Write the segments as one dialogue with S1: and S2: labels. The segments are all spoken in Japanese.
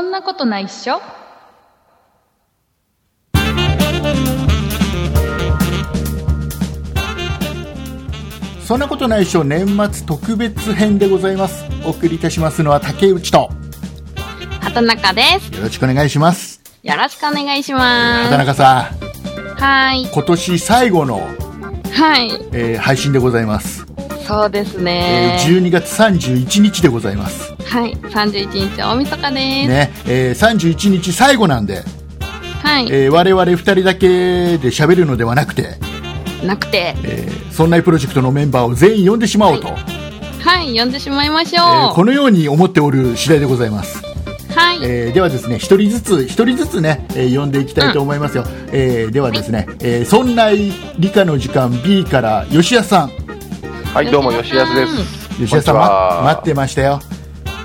S1: んなことないっしょ
S2: そんなことないっしょ年末特別編でございますお送りいたしますのは竹内と
S1: 畑中です
S2: よろしくお願いします
S1: よろしくお願いします
S2: 畑中さん
S1: はい
S2: 今年最後の、
S1: はい
S2: えー配信でございます、
S1: そうです
S2: え
S1: ね、
S2: ー12月31日でございます
S1: はい31日大晦日です、
S2: ね、えー31日最後なんで、
S1: はい
S2: えー我々2人だけで喋るのではなくて、
S1: なくて
S2: えーそんなプロジェクトのメンバーを全員呼んでしまおうと、
S1: はい呼んでしまいましょう、
S2: えーこのように思っておる次第でございます、
S1: はい、
S2: えーではですね1人ずつ1人ずつね、えー呼んでいきたいと思いますよ、えーではですね、えーそんな理科の時間 B から吉田さん
S3: はい、どうも、吉安です。
S2: 吉田さん
S3: こん
S2: ま
S3: にちは
S2: 待ってましたよ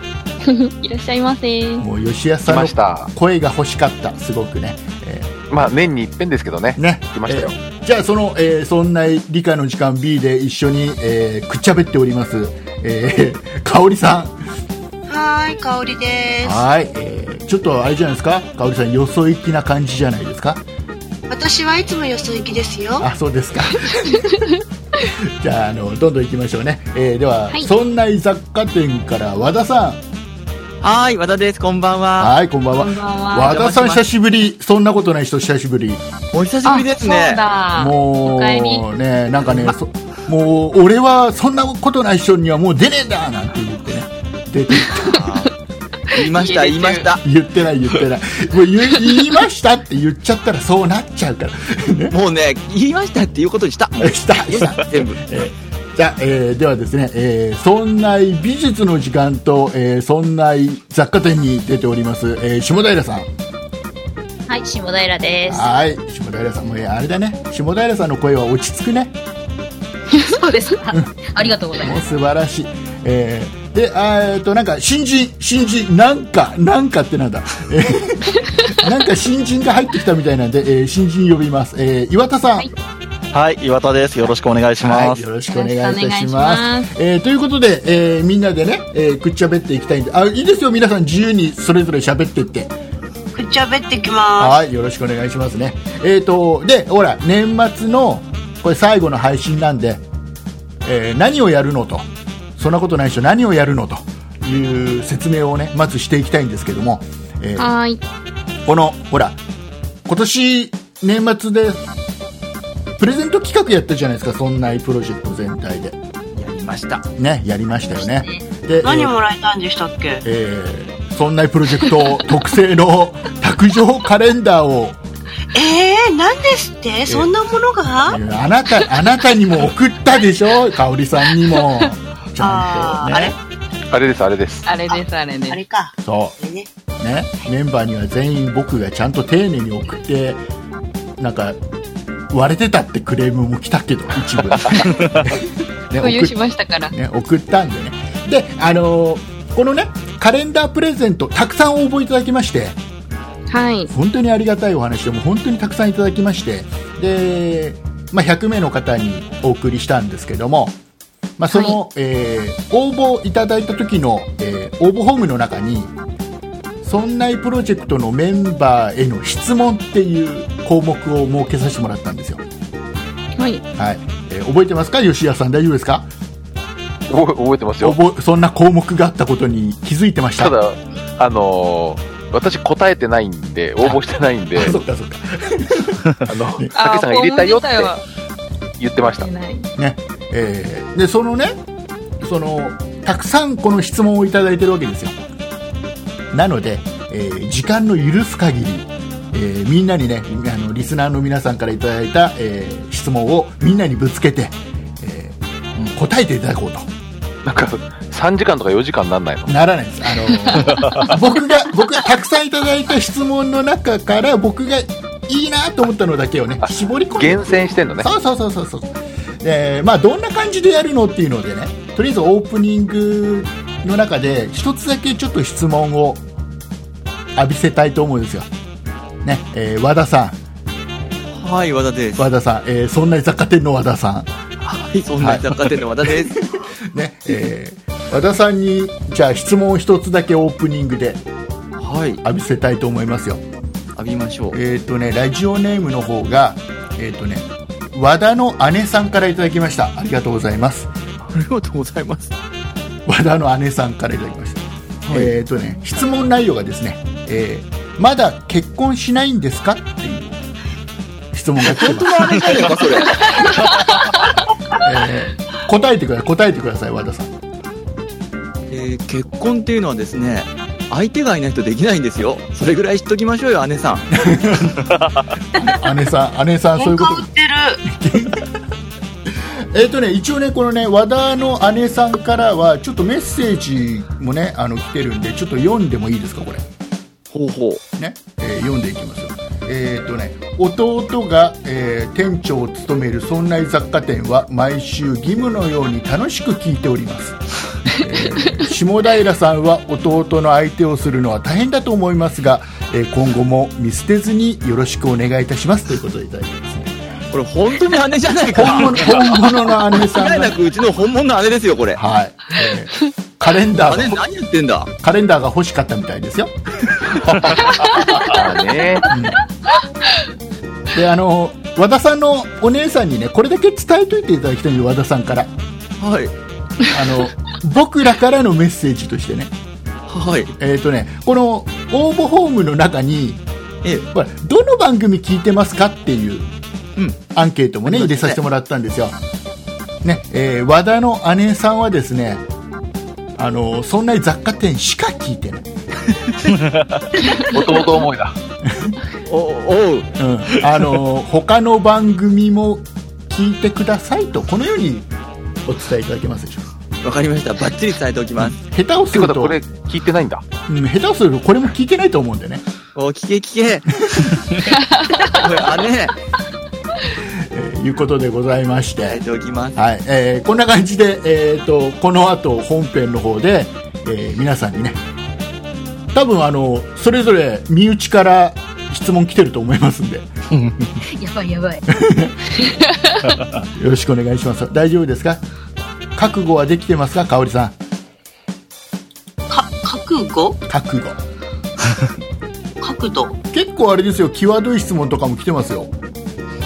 S1: いらっしゃいませ
S2: もう吉田さ
S3: 来
S2: ん
S3: ま
S2: の
S3: した。
S2: 声が欲しかったすごくね、え
S3: まあ、年に一遍ですけどね
S2: ー。ね
S3: 来ましたよ
S2: え。ーじゃあその、えーそんな理科の時間 B で一緒に、えーくっちゃべっております、えー、香織さん
S4: はーい、香りです。
S2: はい、えーちょっとあれじゃないですか香織さんよそ行きな感じじゃないですか
S4: 私はいつもよそ行きですよ。
S2: あそ うですかじゃああのどんどん行きましょうね、えーでは、
S1: はい
S2: そんな雑貨店から和田さん
S5: はーい、和田です。こんばんは。
S2: はいこんばんは
S1: こんばんは
S2: 和田さん
S5: お邪魔しま
S2: 久
S5: す
S2: しぶりそんなことない人久しぶり
S5: お久しぶりです
S1: あそう
S5: ね。
S1: だ
S2: も
S1: お帰り
S2: うねなんかねそもう俺はそんなことない人にはもう出ねえんだなんて言ってね出て
S5: 言いました、言いました。
S2: 言ってない言ってないもう言い言いましたって言っちゃったらそうなっちゃうから ね
S5: もうね、言いましたっていうことにした。もう
S2: したした
S5: 全部。
S2: じゃあ、えーではですね、えー、そんな美術の時間と、えー、そんな雑貨店に出ております、えー、下平さん。
S6: はい、下平です。
S2: はい、下平さんも、えーあれだね、下平さんの声は落ち着くね。
S6: そうですか。ありがとうござい
S2: も
S6: ま
S2: う
S6: す。
S2: 素晴らしい。えー、で、あーえっと、なんか、新人、新人、なんか、なんかってなんだ。え ーなんか新人が入ってきたみたいなんで、えー、新人呼びます。えー、岩田さん。
S6: はい
S5: はい、岩田です。よろしくお願いしま
S2: はい、
S5: す。
S2: よろしくお願いいたします。
S1: よろしくお願いしま
S2: えーということで、えーみんなでね、えーくっちゃべっていきたいんで、あ、いいですよ、皆さん自由にそれぞれ喋ってって。
S4: くっちゃべってきま
S2: はい、よろしくお願いしますね。えっ、と、で、ほら、年末の、これ最後の配信なんで、えー何をやるのと、そんなことないでしょ、何をやるのという説明をね、まずしていきたいんですけども、えー
S1: はーい
S2: この、ほら、今年、年末で、プレゼント企画やったじゃないですか、そんなプロジェクト全体で。
S5: やりました。
S2: ね、やりましたよね。で、え
S4: す。何
S2: ー
S4: もらえたんでしたっけ
S2: えーそんなプロジェクト特製の卓上カレンダーを、
S4: えー、何ですってそんなものが
S2: いやあなた、あなたにも送ったでしょ香織さんに も。ちゃんとね。
S4: あーあれ
S3: あれです、あれです。
S1: あれですあれです
S4: あれか。
S2: そ
S4: あれね。
S2: う。ね。メンバーには全員僕がちゃんと丁寧に送って、なんか、割れてたってクレームも来たけど、一 部。ね
S1: 共有し
S2: 送
S1: ましたから
S2: っね、送ったんでね。で、あのーこのね、カレンダープレゼント、たくさん応募いただきまして、
S1: はい
S2: 本当にありがたいお話でもう本当にたくさんいただきましてで、まあ、100名の方にお送りしたんですけども、まあ、その、えー応募いただいた時の、えー応募フォームの中に「そんないプロジェクトのメンバーへの質問」っていう項目を設けさせてもらったんですよ、
S1: はい
S2: はいえー覚えてますか吉谷さん大丈夫ですか
S3: お覚えてますよ。
S2: 覚えそんな項目があったことに気づいてました
S3: ただ、あのー、私答えてないんで、応募してないんで
S2: あ、そっかそっか
S3: あの、竹
S1: あ
S3: さんが入れたよって
S1: フォーム自体は
S3: 言ってま した。
S1: ない
S2: ねえーでそのねそのたくさんこの質問をいただいてるわけですよなので、えー時間の許す限り、えーみんなにねあのリスナーの皆さんからいただいた、えー質問をみんなにぶつけて、えーうん答えていただこうと
S3: なんか、3時間とか4時間なんないの
S2: ならないですあの僕が僕がたくさんいただいた質問の中から僕がいいなと思ったのだけをね
S3: あ
S2: 絞り込んで
S3: 厳選してんのね。
S2: そうそうそうそうそうでまあどんな感じでやるのっていうのでねとりあえずオープニングの中で一つだけちょっと質問を浴びせたいと思うんですよね、えー和田さ
S5: はい、和田です。
S2: ん和田さん、えーそんな雑貨店の和田さ
S5: はい、そんな雑貨店の和田です。
S2: んねえー和田さんにじゃあ質問を一つだけオープニングで
S5: はい。
S2: 浴びせたいと思いますよ。
S5: 浴びましょう。
S2: えっ、とね、ラジオネームの方が、えっ、とね、和田の姉さんからいただきました。ありがとうございます。
S5: ありがとうございます。
S2: 和田の姉さんからいただきました。
S5: はい
S2: えっ、とね、質問内容がですね、えーまだ結婚しないんですかっていう質問が来てます。
S5: あれじゃねえか、それ。
S2: えー答えてください、答えてください、和田さん。
S5: えー結婚っていうのはですね、相手がいないとできないんですよ。それぐらい知っときましょうよ、姉さん。
S2: 姉さ ん、姉さん、そういうこ
S4: 喧嘩
S2: と
S4: 売。ってる。
S2: えっ、とね、一応ね、このね、和田の姉さんからは、ちょっとメッセージもね、あの、来てるんで、ちょっと読んでもいいですか、これ。
S5: ほうほう。
S2: ね、えー読んでいきますよ。えっ、とね、弟が、えー店長を務める村内雑貨店は毎週義務のように楽しく聞いております。えー下平さんは弟の相手をするのは大変だと思いますが、えー今後も見捨てずによろしくお願いいたしますということでいただいてますね。
S5: これ本当に姉じゃな
S2: 本
S5: いか。
S2: 物本物の姉さん
S5: 間違い
S2: が
S5: なくうちの本物の姉ですよ、これ。
S2: はい、えーカレンダー
S5: 姉
S2: が
S5: 何言ってんだ
S2: カレンダーが欲しかったみたいですよ。
S3: あね。
S2: であの和田さんのお姉さんにねこれだけ伝えといていただきたいんで和田さんから
S5: はい。
S2: あ の僕らからのメッセージとしてね
S5: はい。
S2: えっ、とねこの応募フォームの中に
S5: ええ
S2: ほらどの番組聞いてますかっていう、
S5: うん
S2: アンケートもね
S5: ありますね
S2: 入れさせてもらったんですよ、ねえー和田の姉さんはですねあのそんなに雑貨店しか聞いてない、
S3: 弟思いだ。
S5: お、おう。
S2: うん、あの他の番組も聞いてくださいとこのようにお伝えいただけますでしょうか
S5: わかりました。バッチリ伝えておきます。
S2: 下手を
S3: っ
S2: す
S3: て
S2: る
S3: こととはこれ聞いてないんだ。
S2: うん、下手をするとこれも聞いてないと思うんでね、
S5: お、聞け聞け。 おい、姉、
S2: えーいうことでございまし
S5: 伝え
S2: て、
S5: ておきます。
S2: はいえーこんな感じで、えー、とこの後本編の方で、えー皆さんにね多分あのそれぞれ身内から質問来てると思いますんでよ
S6: やばいやばい。
S2: ろしくお願いします大丈夫ですか覚悟はできてますか香織さん
S4: か、覚悟
S2: 覚悟
S4: 角度
S2: 結構あれですよ際どい質問とかも来てますよ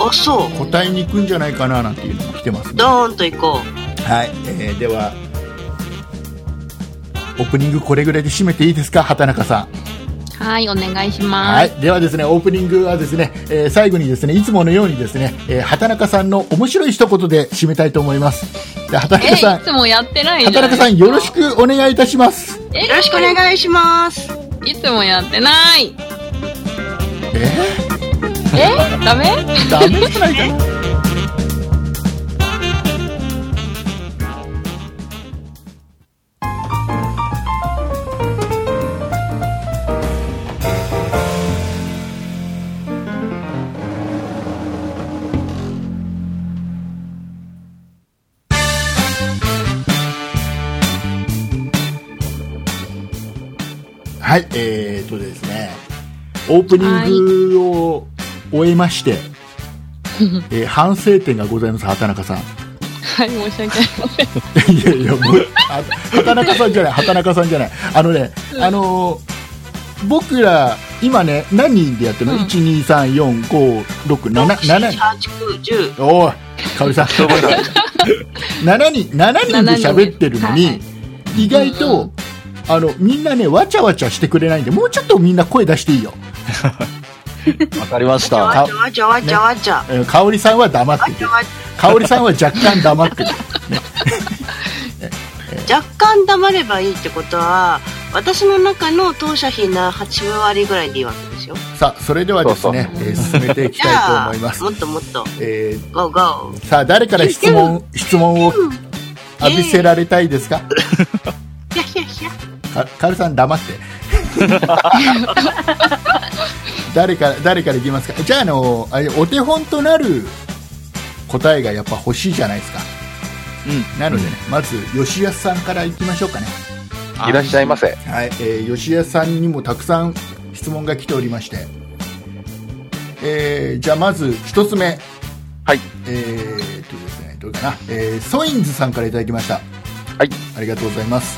S4: あ、そう。
S2: 答えに行くんじゃないかななんていうのも来てますね
S4: ドーンと行こ
S2: はい、えーではオープニングこれぐらいで締めていいですか畑中さん
S1: はい、お願いし
S2: は
S1: ま
S2: い
S1: す。、
S2: ではですねオープニングはですね、えー最後にですねいつものようにですね、えー畑中さんの面白い一言で締めたいと思いますで畑
S1: え、
S2: 中さ
S1: い
S2: ん
S1: つもやってないじゃ
S2: 畑
S1: ない
S2: 中さんよろしくお願いいたします
S4: う。よろしくお願いします。
S1: いつもやってない。
S2: え
S1: えダメ
S2: ー、ダメじゃないかなはいえー、とですねオープニングを終えまして、えー反省点がございます畑中さん
S1: はい、申し訳ありません。
S2: いやいやもうあ畑中さんじゃない畑中さんじゃないあのね、あのー僕ら今ね何人でやってるの、
S1: うん
S2: ?1234567 人
S4: 八九十。
S2: おいかおりさん7人7人で喋ってるのに、
S1: はい
S2: 意外と、あのみんなねわちゃわちゃしてくれないんでもうちょっとみんな声出していいよ
S5: わかりまし
S4: じゃ。わじゃわじゃわじゃわじゃ。
S2: えー香織さんは黙ってて香織さんは若干黙ってて
S4: 若干黙ればいいってことは、私の中の当社費な八割ぐらいでいいわけですよ。
S2: さあそれではですね
S1: そうそう
S2: えー進めていき
S4: じ
S2: たいと
S4: ゃあ、
S2: 思います
S4: もっともっと、
S2: え
S4: ゴーゴ
S2: ーさあ誰から質問質問を浴びせられたいですか
S4: ー。ひゃひゃひゃ。
S2: かかるさん黙って誰から誰からいきますかじゃああのあれお手本となる答えがやっぱ欲しいじゃないですか
S5: うん。
S2: なのでね、まず吉安さんからいきましょうかね
S3: いらっしゃいませ。
S2: はい、えー吉江さんにもたくさん質問が来ておりまして、えーじゃあまず一つ目
S3: はい
S2: えーっとですねどれかな、えーソインズさんからいただきました
S3: はい
S2: ありがとうございます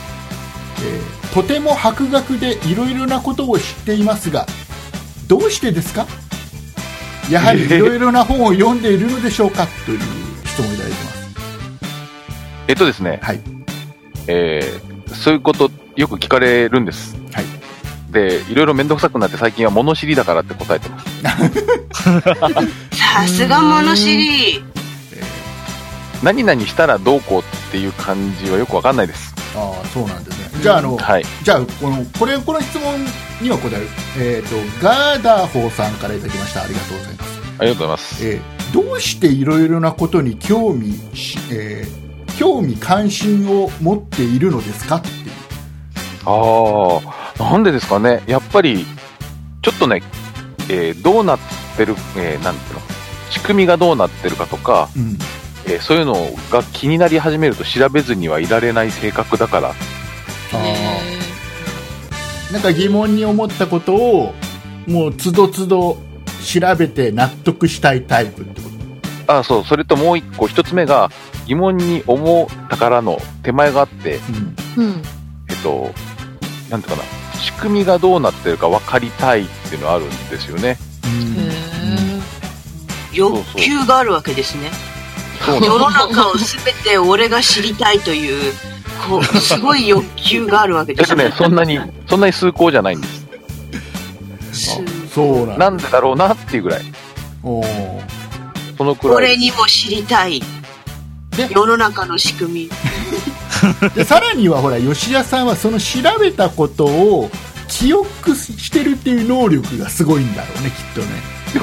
S2: えーとても博学でいろいろなことを知っていますがどうしてですかやは りいろいろな本を読んでいるのでしょうかという質問をいただいてます
S3: えっとですね、
S2: はい
S3: えーそういうことよく聞かれるんです。
S2: はい
S3: で、いろいろ面倒くさくなって最近は物知りだからって答えてます。
S4: さすが物知り。
S3: 何々したらどうこうっていう感じはよくわかんないです。
S2: ああそうなんですねじゃああの、
S3: はい。
S2: じゃあこのこれこの質問には答える、えー、とガーダーホーさんからいただきましたありがとうございます
S3: ありがとうございます。
S2: えーどうしていろいろなことに興味し、えー興味関心を持っているのですかっていう
S3: ああ、なんでですかね。やっぱり、ちょっとね、えーどうなってる、えーなんていうの、仕組みがどうなってるかとか、
S2: うん
S3: えーそういうのが気になり始めると調べずにはいられない性格だから、
S2: あーなんか疑問に思ったことをもうつどつど調べて納得したいタイプってこと
S3: ああ、そう、それともう一個、一つ目が、疑問に思ったからの手前があって、
S2: うん
S1: うん。
S3: えっと、なんていうかな、仕組みがどうなってるか分かりたいっていうのはあるんですよね。
S4: 欲求があるわけですね。
S3: そう
S4: 世の中を全て俺が知りたいという、こう、すごい欲求があるわけで
S3: ですす
S4: ね。
S3: ね、そんなに、そんなに崇高じゃないんです。
S4: す
S2: そうなんだ
S3: なんでだろうなっていうぐらい。
S2: おー
S3: そのくら
S4: 俺
S3: い。
S4: にも知りたい
S2: で。
S4: 世の中の仕組み。
S2: でさらにはほら吉田さんはその調べたことを記憶してるっていう能力がすごいんだろうねきっとね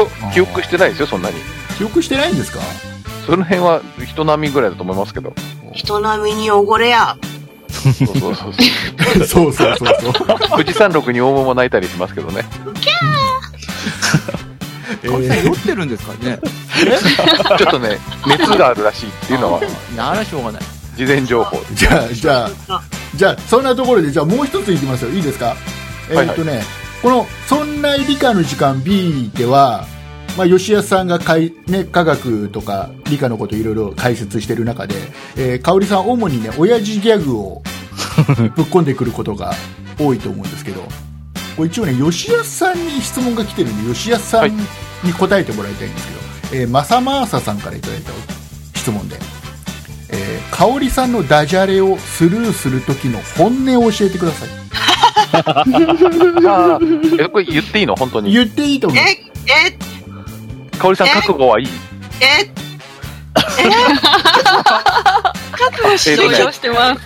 S3: よ記憶してないですよ、そんなに。
S2: 記憶してないんですか
S3: その辺は人並みぐらいだと思いますけど。
S4: 人並みに汚れや。
S3: そうそうそ
S2: そう
S3: うそ
S2: そうそうそう。
S3: う。富士山麓に大桃泣いたりしますけどね。
S2: え
S5: 青木さん
S2: ー
S5: 酔ってるんですかね。
S3: ちょっとね、熱があるらしいっていうのは、
S5: ならしょうがない。
S3: 事前情報。
S2: じゃあ、じゃあ、じゃあ、そんなところで、じゃあもう一ついきますよ。いいですかえ
S3: はい
S2: ーっとね、この、そんな理科の時間 B では、まあ、吉安さんがかい、ね、科学とか理科のこといろいろ解説してる中で、えー、香織さん主にね、親父ギャグをぶっ込んでくることが多いと思うんですけど、これ一応ね、吉安さんに質問が来てるんで、吉安さんに答えてもらいたいんですけど、えー、マサマーサさんからいただいた質問で、えー、香織さんのダジャレをスルーする時の本音を教えてください
S3: ああ、え、これ言っていいの本当に。
S2: 言っていいと思う
S4: え、え、
S3: 香織さん、覚悟はいい
S4: え、え、覚悟し
S3: えっ
S4: と
S3: と
S1: 同
S4: いて
S1: 情してます。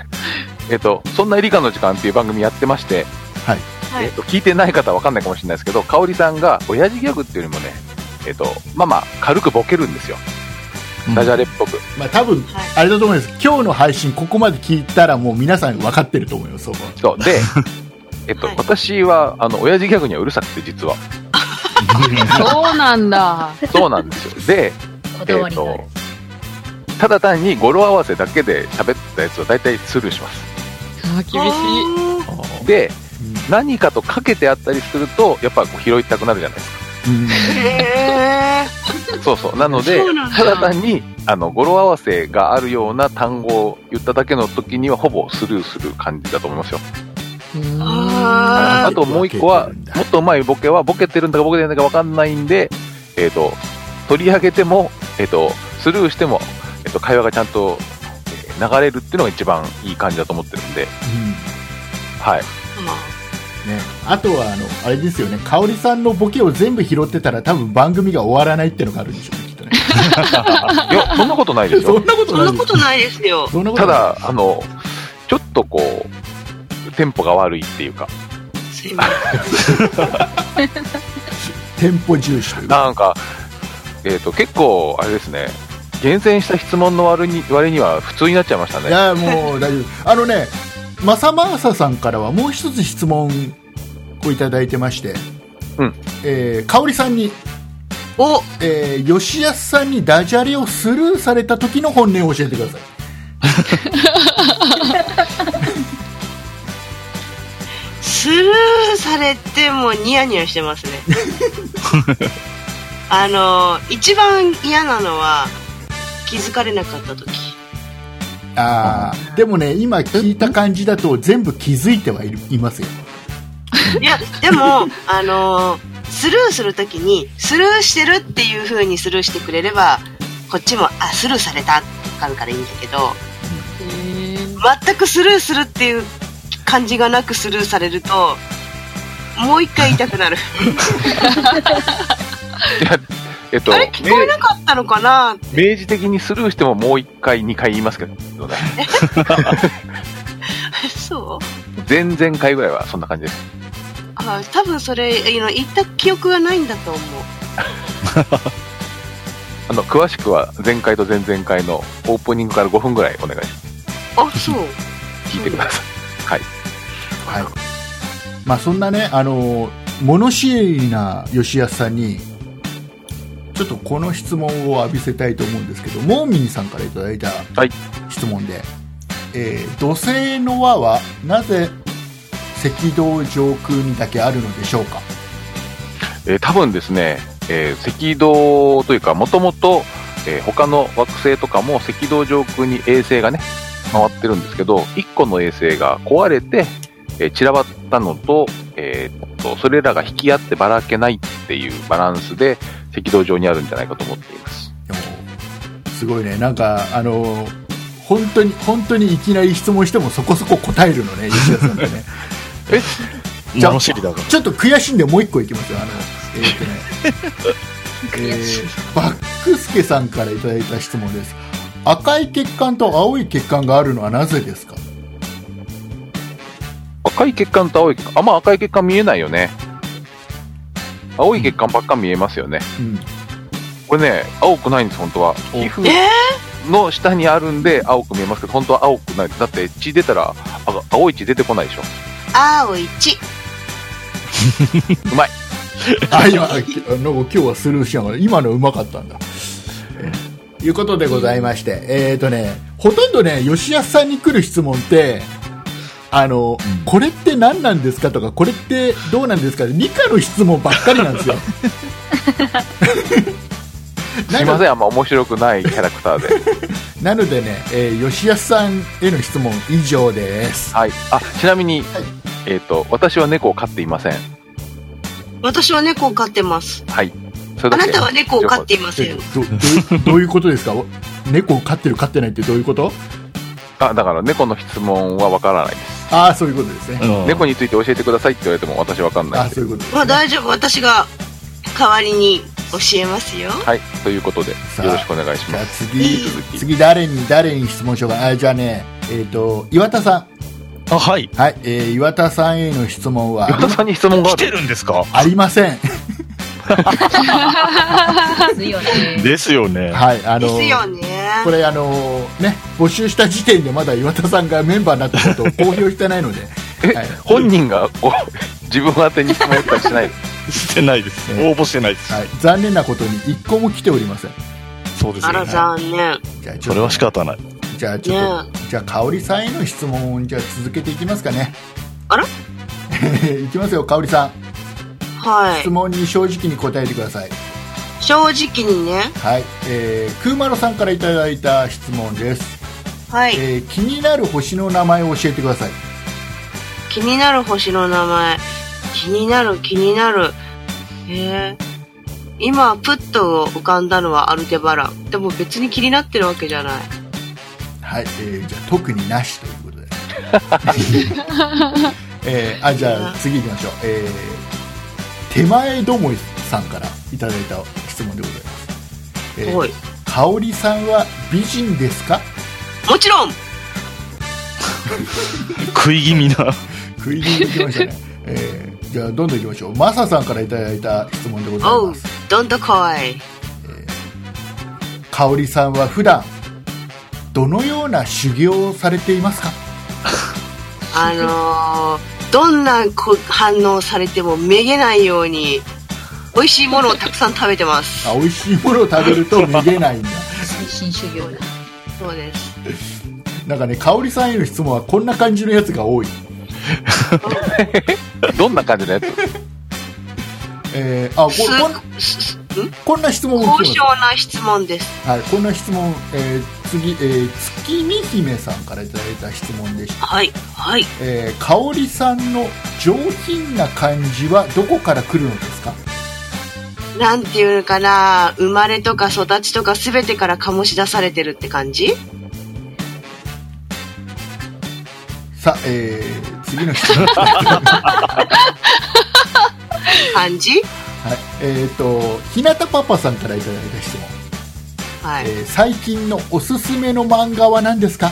S3: えっと、そんな理科の時間っていう番組やってまして、
S2: はい
S4: はい
S3: えっと、聞いてない方は分かんないかもしれないですけど、香織さんが親父ギャグっていうよりもね、えっと、まあまあ、軽くボケるんですよ。ダジャレっぽく。
S2: まあ多分
S4: はい
S2: あれだと思います今日の配信ここまで聞いたらもう皆さん分かってると思いますそこ は
S3: そ う。で、えっと、
S4: はい
S3: 私は、あの、親父ギャグにはうるさくて、実は。
S1: そうなん だ。
S3: そうなんですよ。で、
S6: こ
S3: え
S6: だわ
S3: っ
S6: りが
S3: と
S6: ある。、
S3: ただ単に語呂合わせだけで喋ったやつは大体スルーします。
S1: あー厳しい。
S4: あ
S3: で、何かとかけてあったりすると、やっぱこう拾いたくなるじゃないですか。
S2: うん
S4: ーへ
S3: そうそう。なの
S4: ー
S3: で、
S4: そうなん
S3: ただ
S4: だ。
S3: 単にあの語呂合わせがあるような単語を言っただけの時にはほぼスルーする感じだと思いますよ。
S4: あ
S3: あともう一個は、
S2: 分けてるんだ
S3: もっとうまいボケはボケてるんだかボケてないんだかわかんないんで、えっ、と、取り上げても、えっ、と、スルーしても、えっ、と、会話がちゃんとえー流れるっていうのが一番いい感じだと思ってるんで、はい。
S4: まあ
S2: ね、あとはあのあれですよね香織さんのボケを全部拾ってたら多分番組が終わらないっていうのがあるんでしょうねきっとね
S3: いや、そんなことないです
S2: そ
S3: よ。
S2: んなこと
S4: そ
S2: なんい
S4: なことないですよ。
S2: そんなこと
S3: た
S2: ない
S3: だ、あの、ちょっとこう、テンポが悪いっていうか、
S4: すいません
S2: テンポ重視というか
S3: なんか、えっ、と、結構、あれですね、厳選した質問の割に割には普通になっちゃいました
S2: い
S3: ね。
S2: やもう大丈夫あのねまさまささんからはもう一つ質問をいただいてまして、
S3: うん
S2: えー、香織さんに、
S4: お、
S2: えー、吉安さんにダジャレをスルーされた時の本音を教えてください
S4: スルーされてもニヤニヤしてますねあの一番嫌なのは気づかれなかった時
S2: あーでもね今聞いた感じだと全部気づいてはいるいますよ
S4: いや、でも、あのースルーするときに、スルーしてるっていう風にスルーしてくれれば、こっちも、あ、スルーされたって感からいいんだけど、全くスルーするっていう感じがなくスルーされると、もう一回痛くなる。
S3: えっと
S4: あれ、聞こえなかったのかな
S3: 明明示的にスルーしてももう1回、2回言いますけどね、
S4: そう
S3: 前々回ぐらいはそんな感じです。
S4: あ多分それ、あの言った記憶がないんだと思う。
S3: あの詳しくは前回と前々回のオープニングから5分ぐらいお願いします
S4: あ、そう。
S3: 聞いてくださ
S2: はいまあ、そんなね、あの物知りな吉安さんにちょっとこの質問を浴びせたいと思うんですけどモーミンさんからいただいた
S3: はい
S2: 質問で、えー土星の輪はなぜ赤道上空にだけあるのでしょうか、
S3: い。えー多分ですね、えー赤道というか、もともと、えー他の惑星とかも赤道上空に衛星がね、回ってるんですけど、1個の衛星が壊れて、えー散らばったのと、えーっと、それらが引き合ってばらけないっていうバランスで、赤道上にあるんじゃないかと思っています。
S2: でもすごいねなんかあの本当に本当にいきなり質問してもそこそこ答えるのね吉安さんってねじゃあ
S7: 物知りだか
S2: ちょっと悔しいんでもう一個いきますよ。あの、えーとね。 えー、バックスケさんからいただいた質問です。赤い血管と青い血管があるのはなぜですか
S3: 赤い血管と青い血管あんま赤い血管見えないよね青い血管ばっか見えますよね、
S2: うん。
S3: これね青くないんです本当は
S2: お
S3: 皮膚
S4: え
S3: の下にあるんで青く見えますけど本当は青くないだって血出たらあ青い血出てこないでしょ
S4: ー、青1。
S2: あ、今、あきあの今日はスルーしながら、今のうまかったんだ。えーいうことでございまして、えっ、とね、ほとんどね、吉安さんに来る質問って、あの、
S7: うん
S2: これって何なんですかとか、これってどうなんですか理科の質問ばっかりなんですよ。
S3: すいませんあんま面白くないキャラクター で
S2: なのでね、えー吉安さんへの質問以上です。
S3: はいあちなみに、
S2: はい
S3: えっ、と私は猫を飼っていません
S4: 私は猫を飼ってます。
S3: それだ
S4: あ
S3: け
S4: なたは猫を飼っていません。
S2: どどう どういうことですかお猫を飼ってる飼ってないってどういうこと
S3: あだから猫の質問はわからないです、
S2: ああそういうことですね、
S7: ら。
S3: 猫について教えてくださいって言われても私わかん
S2: あ
S3: ない
S2: あ
S3: んで
S2: そういうことです、
S4: まあ
S2: ね、
S4: 大丈夫、私が代わりに教えますよ。
S3: はいということでよ
S2: さあ
S3: ろしくお願いし
S2: じ
S3: ま
S2: ゃあ
S3: す
S2: 次
S3: 続き
S2: 次誰に誰に質問しようかなあじゃあねえっ、と岩田さ
S7: あ、はい。
S2: んはい、えー岩田さんへの質問
S3: 岩
S2: は
S3: 田さんに質問があ
S7: 来
S3: る
S7: てるんですか
S2: ありません
S6: ですよね。
S7: ですよね。
S2: はいあ
S4: で
S2: の
S4: すよね。
S2: これあのね募集した時点でまだ岩田さんがメンバーになったことを公表してないので、
S3: え
S2: はい、
S3: 本人がこう自分宛てに質問したりしない
S7: してないです。応募してないです。
S2: はい、残念なことに一個も来ておりません
S7: そうです
S4: あ
S7: よね。
S4: ら残念。
S2: じゃあちょ
S7: そ
S2: っ
S7: れ
S2: と
S7: は仕方ない。
S2: じゃあちょっと、じゃあ香織さんへの質問をじゃあ続けていきますかね
S4: あ ら
S2: いきますよ香織さん
S4: は
S2: 質
S4: い。
S2: 問に正直に答えてください
S4: 正直にね。
S2: はい、えー、クーマロさんからいただいた質問です、
S4: はい。
S2: えー気になる星の名前を教えてください
S4: 気になる星の名前。気になる、気になる。へえ。今、プッと浮かんだのはアルデバラン。でも別に気になってるわけじゃない。
S2: はい、えーじゃあ特になしということ で、えーあじゃあ次行きましょう、えー手前どもいさんからいただいた質問でございます、えー
S4: おい。
S2: 香織さんは美人ですか
S4: もちろん
S7: 食い気味な。
S2: 食い気味にきましたね、えーじゃあどんどんいきましょうマサさんからいただいた質問でござい
S4: お
S2: ま
S4: う
S2: す。
S4: どんと来い。
S2: 香織さんは普段どのような修行をされていますか
S4: あのー、どんなこ反応されてもめげないように、美味しいものをたくさん食べてます。
S2: あ美味しいものを食べるとめげないんだ
S6: 最新修行だ。
S4: そうです。
S2: なんかね香織さんへの質問はこんな感じのやつが多い、
S3: どんな感じのやつ
S2: えーあこ
S4: す
S2: こん
S4: すすん
S2: こんな質問も来
S4: 高
S2: て
S4: 尚な質問です。
S2: ます、はい、こんな質問、えー次、えー月見姫さんからいただいた質問でした、
S4: はい、はい。
S2: えー、香織さんの上品な感じはどこから来るのですか
S4: なんていうかな、生まれとか育ちとか全てから醸し出されてるって感じ
S2: さあ、えー、次の質問はい
S4: 感じ
S2: えっ、ー、と日向パパさんからいただいた質問、
S4: は
S2: え
S4: い。
S2: ー、最近のおすすめの漫画は何ですか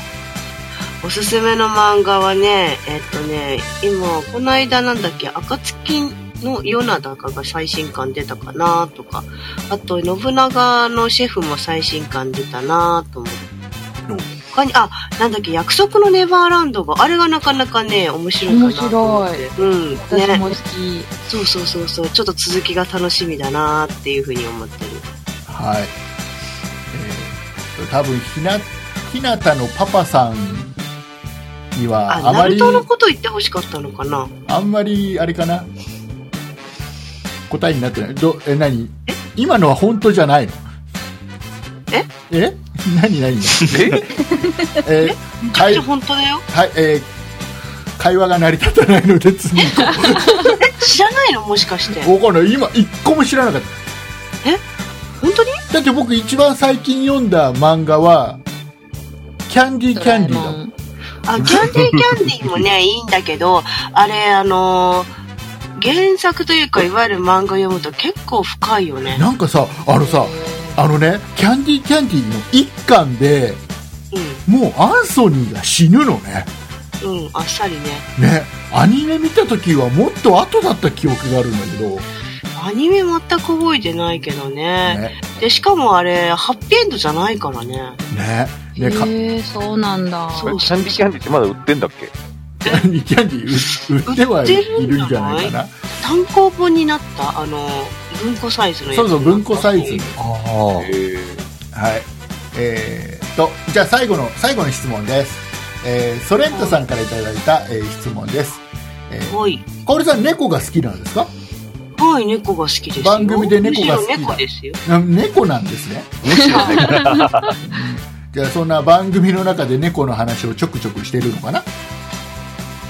S4: おすすめの漫画はね、えっとね、今、この間なんだっけ、暁の夜なだかが最新刊出たかなとか、あと、信長のシェフも最新刊出たなと思って。他に、あ、なんだっけ、約束のネバーランドが、あれがなかなかね、面白いかなと思って。うん、
S1: 私も
S4: ね。
S1: 好き。
S4: そうそうそうそう、ちょっと続きが楽しみだなっていうふうに思ってる。
S2: はい、えー、多分ひなひなたのパパさんには
S4: あ、
S2: あ
S4: ナ
S2: ま
S4: ル
S2: り
S4: トのこと言ってほしかったのかな
S2: あんまりあれかな答えになってないどえ何今のは本当じゃないの
S4: え
S2: え何何え
S3: え
S2: ー
S4: めちゃ
S2: は
S4: く
S2: い
S4: ちゃ本当だよ。
S2: はいえー会話が成り立たないので次に行こ
S4: 知らないのもしかして。
S2: うわかんない今一個も知らなかっ
S4: 本当に
S2: ただって僕一番最近読んだ漫画はキャンディーキャンディーだもん
S4: あ、キャンディーキャンディーもね、いいんだけど、あれ、あのー原作というか、いわゆる漫画読むと結構深いよね。
S2: なんかさあのさあのねキャンディーキャンディーの一巻で
S4: う
S2: もうアンソニーが死ぬのね
S4: ん、うん、あっさりね。
S2: ねアニメ見た時はもっと後だった記憶があるんだけど、
S4: アニメ全く覚えてないけどね。
S2: ね
S4: で、しかもあれ、ハッピーエンドじゃないからね。
S2: ね
S1: へ
S2: ねか
S1: え、そうなんだ。
S4: そう
S3: キャンディーキャンディーってまだ売ってんだっけ
S2: キャンディーキャンディー売売ってはいいるんじゃないかな
S4: 単行本になった、あのー文庫サイズのやつ。
S2: そうそう文庫サイズ
S5: あ
S3: え
S2: はいえー、っとじゃあ最後の最後の質問です、えーソレンタさんからいただいた、えー質問です、えー、
S4: はい。
S2: 香織さん猫が好きなんですか
S4: はい、猫が好きですよ。
S2: 番組で猫が好きだ
S4: むしろ猫ですよ。
S2: な猫なんですね じゃあそんな番組の中で猫の話をちょくちょくしてるのかな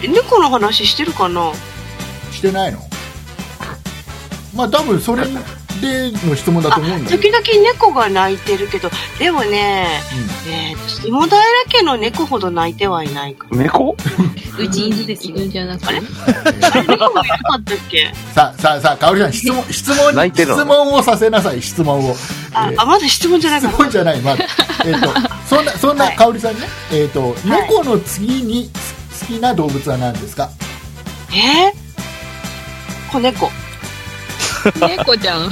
S4: え猫の話してるかな
S2: してないのまあ多分それでの質問だと思うんだけど
S4: 時々猫が泣いてるけど、でもね、えーと、下平家の猫ほど泣いてはいないか
S3: ー、猫
S6: うち犬ですよ。
S1: 犬じゃなくて。
S4: ら。猫がいなかったっけ
S2: さあさあさあ香織さん質問質問
S3: 泣いてるの
S2: 質問をさせなさい質問を、
S4: あ
S2: え、ー
S4: あまだ質問じゃなか
S2: 質
S4: った。
S2: 問じゃ ないまだえっ、とそんなそんな
S4: はい
S2: 香織さんね、えっ、と
S4: はい
S2: 猫の次に好きな動物は何ですか
S4: えー、子猫。
S1: 猫ちゃ ん。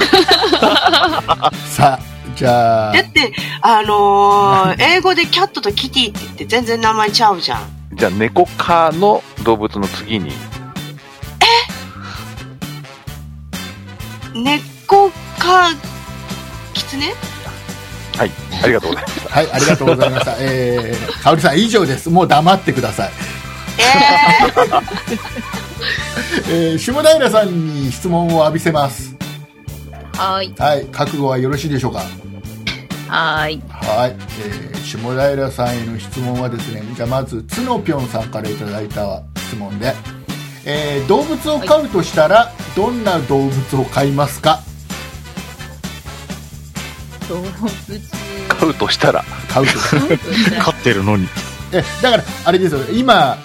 S2: さあじゃあ
S4: だって、あのー、英語でキャットとキティって言って全然名前ちゃうじゃん。
S3: じゃあ猫科の動物の次に
S4: 猫か、キツネ
S3: はいありがとうございます
S2: はいありがとうございました、えー、香織さん以上ですもう黙ってください、
S4: えー、
S2: えー、下平さんに質問を浴びせます
S6: はーい。
S2: はい覚悟はよろしいでしょうか
S6: はーい。
S2: はい、えー、下平さんへの質問はですねじゃあまずつのぴょんさんからいただいた質問で、えー動物を飼うとしたら、どんな動物を飼いますか
S6: 動物。
S3: 買うとしたら
S2: 飼うとしたら
S7: 飼ってるのに。
S2: えだからあれですよ今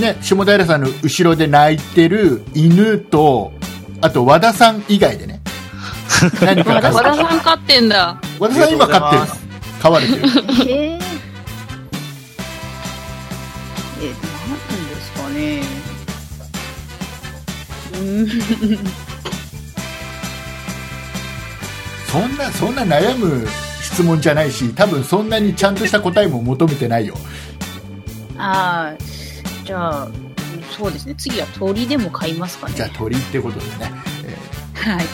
S2: ね下平さんの後ろで泣いてる犬とあと和田さん以外でね何か
S1: 和
S2: 飼
S1: 田
S2: う
S1: さん飼ってんだ。。
S2: 和田さん今飼ってるの飼われてる
S6: えー、え、なんですかね。うん。
S2: そんなそんな悩む質問じゃないし多分そんなにちゃんとした答えも求めてないよ
S6: ああ、じゃあ、そうですね。次は鳥でも買いますかね。
S2: じゃあ鳥ってことでね、
S6: はい。
S2: え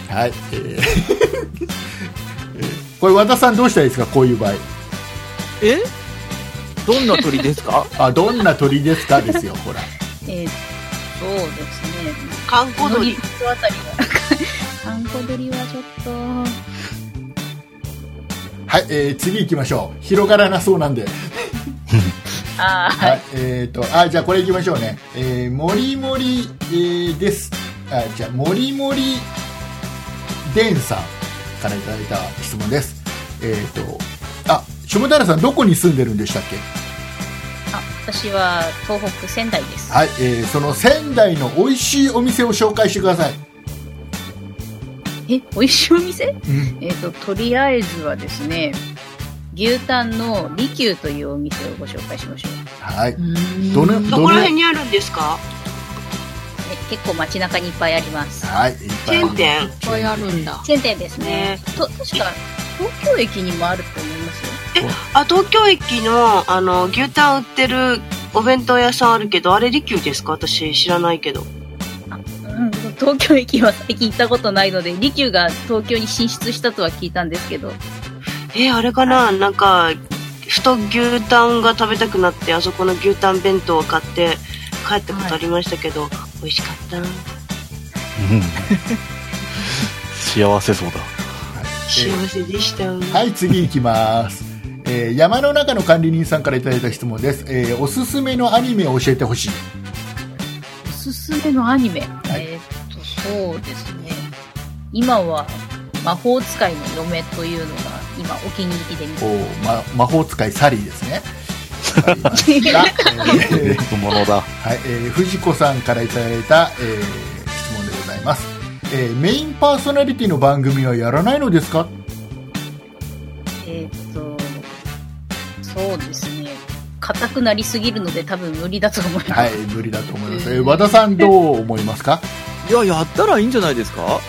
S2: ーはい、えー えーこれ和田さんどうしたらいいですかこういう場合
S5: えどんな鳥ですか
S2: あどんな鳥ですかですよほら
S6: えー、そうですね。
S4: 観光
S6: の
S4: 鳥
S6: り。あたりが。観光鳥は ちょっと。
S2: はい、えー次行きましょう広がらなそうなんで
S6: あー
S2: はい、えっ、と、あ、じゃあこれいきましょうね。えー、もりもり、えーです。あ、じゃあ、もりもり、でんさんからいただいた質問です。えっ、と、あ、下平さんどこに住んでるんでしたっけ
S6: あ私は東北仙台です
S2: はい、えー、その仙台の美味しいお店を紹介してください。
S6: え美味しいお店
S2: うん。
S6: えっ、ととりあえずはですね牛タンの利休というお店をご紹介しましょう
S2: はいう
S1: ん
S2: どの、
S4: どこ
S2: ど
S4: ら
S2: の、
S4: 辺にあるんですか
S6: え結構街中にいっぱいあります
S2: はい、いっぱ
S4: チ
S2: い
S4: ェーン店。
S1: いっぱいあるんだ。
S6: チェーン店ですね
S4: ね
S6: と確か東京駅にもあると思いますよ
S4: あ、東京駅の、あの、牛タン売ってるお弁当屋さんあるけど、あれ利休ですか私知らないけど。
S6: うん、東京駅は最近行ったことないので利休が東京に進出したとは聞いたんですけど
S4: えーあれかななんか、ふと牛タンが食べたくなって、あそこの牛タン弁当を買って帰ったことありましたけど、美味しかったな。
S7: うん幸せそうだ。
S4: 幸せでした。
S2: はい、次行きます。えー、山の中の管理人さんからいただいた質問です。えー、おすすめのアニメを教えてほしい。
S6: おすすめのアニメ、
S2: い
S6: えーっとそうですね今は「魔法使いの嫁」というのが今お気に入りで見
S2: お
S6: て
S2: ーま、魔法使いサリーですね。が
S6: ます
S2: えー
S7: 本物だ。
S2: はい、えー藤子さんからいただいた、えー質問でございます、えーメインパーソナリティの番組はやらないのですか
S6: えーっとそうですね硬くなりすぎるので多分無理だと思います、
S2: はい無理だと思います、えー和田さんどう思いますか
S5: いや、やったらいいんじゃないですか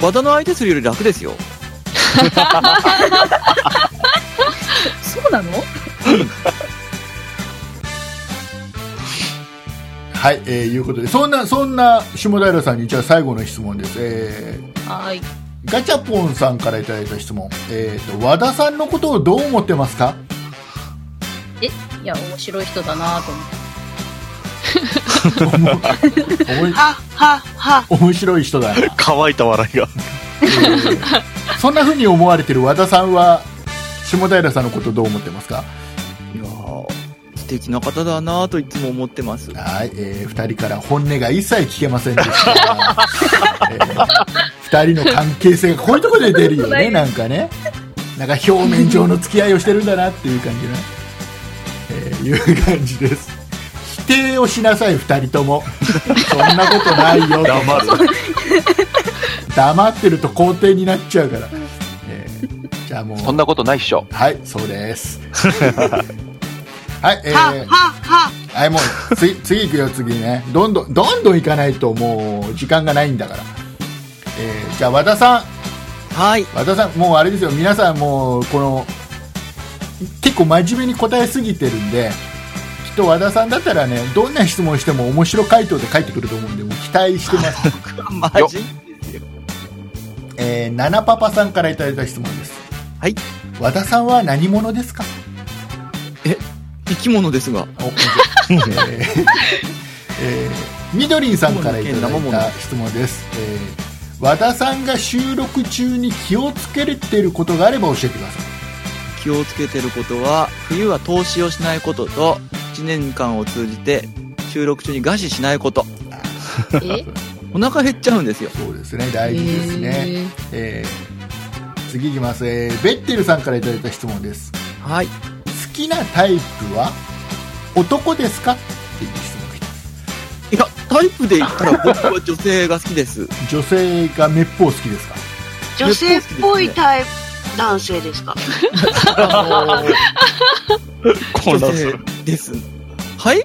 S5: 和田の相手するより楽ですよ。
S6: そうなの
S2: はい、えーいうことでそんなそんな下平さんにじゃあ最後の質問です、え
S6: はい
S2: ーガチャポンさんからいただいた質問、えーと和田さんのことをどう思ってますか
S6: いや面白い人だなと思って
S2: おも
S4: は、は、は。
S2: 面白い人だな、
S7: 乾いた笑いが。
S2: えーそんな風に思われてる和田さんは下平さんのことどう思ってますか
S5: いやー素敵な方だなぁといつも思ってます。
S2: はい、えー、2人から本音が一切聞けませんでした、え2人の関係性がこういうところで出るよねなんかねなんか表面上の付き合いをしてるんだなっていう感じの、えーいう感じです否定をしなさい2人ともそんなことないよ
S7: 黙る。
S2: 黙ってると肯定になっちゃうから、えーじゃあもう
S3: そんなことないっしょ。
S2: はいそうですはい、え
S4: は、
S2: ー
S4: は、は。
S2: はい、もう、次、次行くよ、次ね。どんどん、どんどん行かないと、もう、時間がないんだから。えーじゃあ、和田さん、
S5: はい。
S2: 和田さん、もうあれですよ、皆さんもう、この、結構真面目に答えすぎてるんで、きっと和田さんだったらね、どんな質問しても面白回答で返ってくると思うんで、もう期待してます。
S5: マジですよ。
S2: えー、ナナパパさんからいただいた質問です。
S5: はい。
S2: 和田さんは何者です か
S5: 生き物です が。
S2: おえーえーみどりんさんからいただいた質問です、えー和田さんが収録中に気をつけてることがあれば教えてください
S5: 気をつけてることは、冬は投資をしないことと、1年間を通じて収録中に餓死しないこと。
S1: え
S5: お腹減っちゃうんですよ。
S2: そうですね大事ですね、えー次いきます、えーベッテルさんからいただいた質問です
S5: はい。
S2: 好きなタイプは男ですかっていう質問が来てます
S5: いや、タイプで言った ら僕は女性が好きです。
S2: 女性がめっぽう好きですか
S4: 女性っぽいタイプ、男性ですか
S5: あの
S7: 混
S5: 女
S7: 乱す
S5: 性
S7: る。
S5: です。はい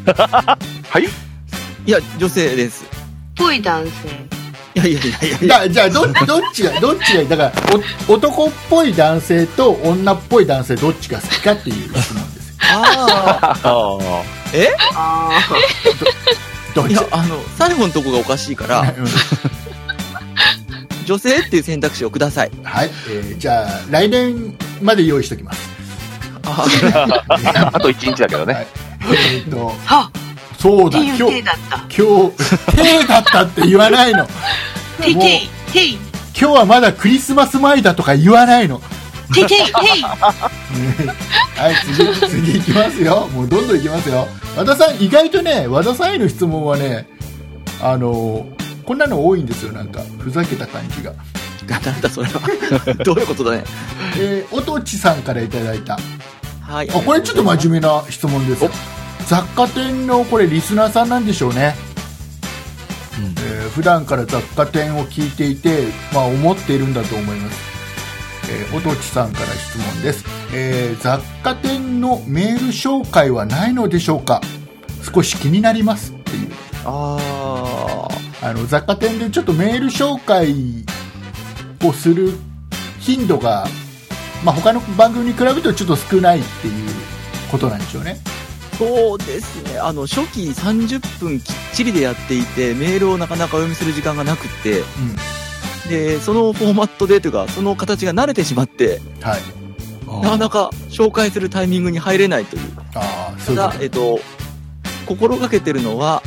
S3: はい
S5: いや、女性です。
S4: ぽい男性。
S5: いやいやいやいやいや。
S2: だじゃあどどっち がどっちがだからお男っぽい男性と女っぽい男性どっちが好きかっていう質問ですよ
S5: あ
S7: ああ。
S4: あ
S2: ど
S5: あ。
S2: っ
S5: い
S2: ち
S5: や、あの、最後のとこがおかし い から、女性っていう選択肢をください。
S2: はい、えーじゃあ来年まで用意しておきます、
S5: あ
S3: あと1日だけど
S2: は
S3: ね。
S2: いえーっと
S4: あ。は、
S2: そうだ
S4: ってい
S2: 今日
S4: う手だった。
S2: 今日手だったって言わないのもう
S4: ていてい、てい。
S2: 今日はまだクリスマス前だとか言わないの
S4: ていてい、へい
S2: はい、次、次いきますよ。もうどんどんいきますよ。和田さん、意外とね、和田さんへの質問はね、あの、こんなの多いんですよ、なんか。ふざけた感じが。
S5: なんだそれは。どういうことだね。
S2: えー、おとちさんからいただいた。あ、
S5: はい。
S2: これちょっと真面目な質問ですよ。雑貨店の、これ、リスナーさんなんでしょうね。えー普段から雑貨店を聞いていて、まあ、思っているんだと思います、えー、おとちさんから質問です、えー雑貨店のメール紹介はないのでしょうか少し気になりますっていう
S5: あー
S2: あの雑貨店でちょっとメール紹介をする頻度が、まあ、他の番組に比べるとちょっと少ないっていうことなんでしょうね
S5: そうですね。あの、初期30分きっちりでやっていて、メールをなかなかお読みする時間がなくて、で、そのフォーマットでというか、その形が慣れてしまって、
S2: うんはい
S5: なかなか紹介するタイミングに入れないという。
S2: ああそういうこ
S5: ただ
S2: と、
S5: えっと、心がけてるのは、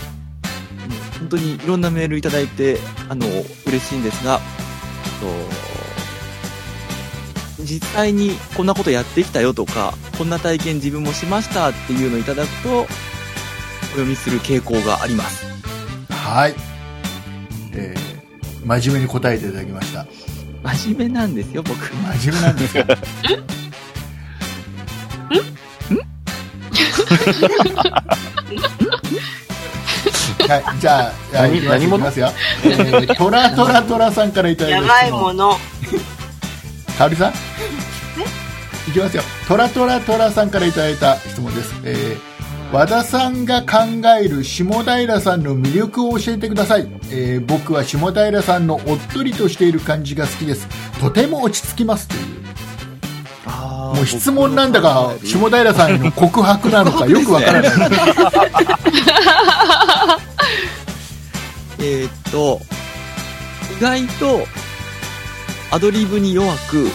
S5: うん本当にいろんなメールいただいて、あの、嬉しいんですが、えっと実際にこんなことやってきたよとか、こんな体験自分もしましたっていうのをいただくと、お読みする傾向があります。
S2: はい、えー真面目に答えていただきました
S5: 真面目なんですよ、僕。
S2: 真面目なんですよ。はい、じゃあ、
S3: 何
S2: いきます
S3: 何者
S2: いきますよ。えートラトラトラさんからいただ
S4: や
S2: い
S4: ば
S2: た
S4: い
S2: 質
S4: も
S2: 問。
S4: の。
S2: かおりさん。いきますよ。トラトラトラさんからいただいた質問です。えー和田さんが考える下平さんの魅力を教えてください、えー僕は下平さんのおっとりとしている感じが好きですとても落ち着きますというもう質問なんだか下平さんへの告白なのかよくわからない、
S5: えーっと、意外と、アドリブに弱 く、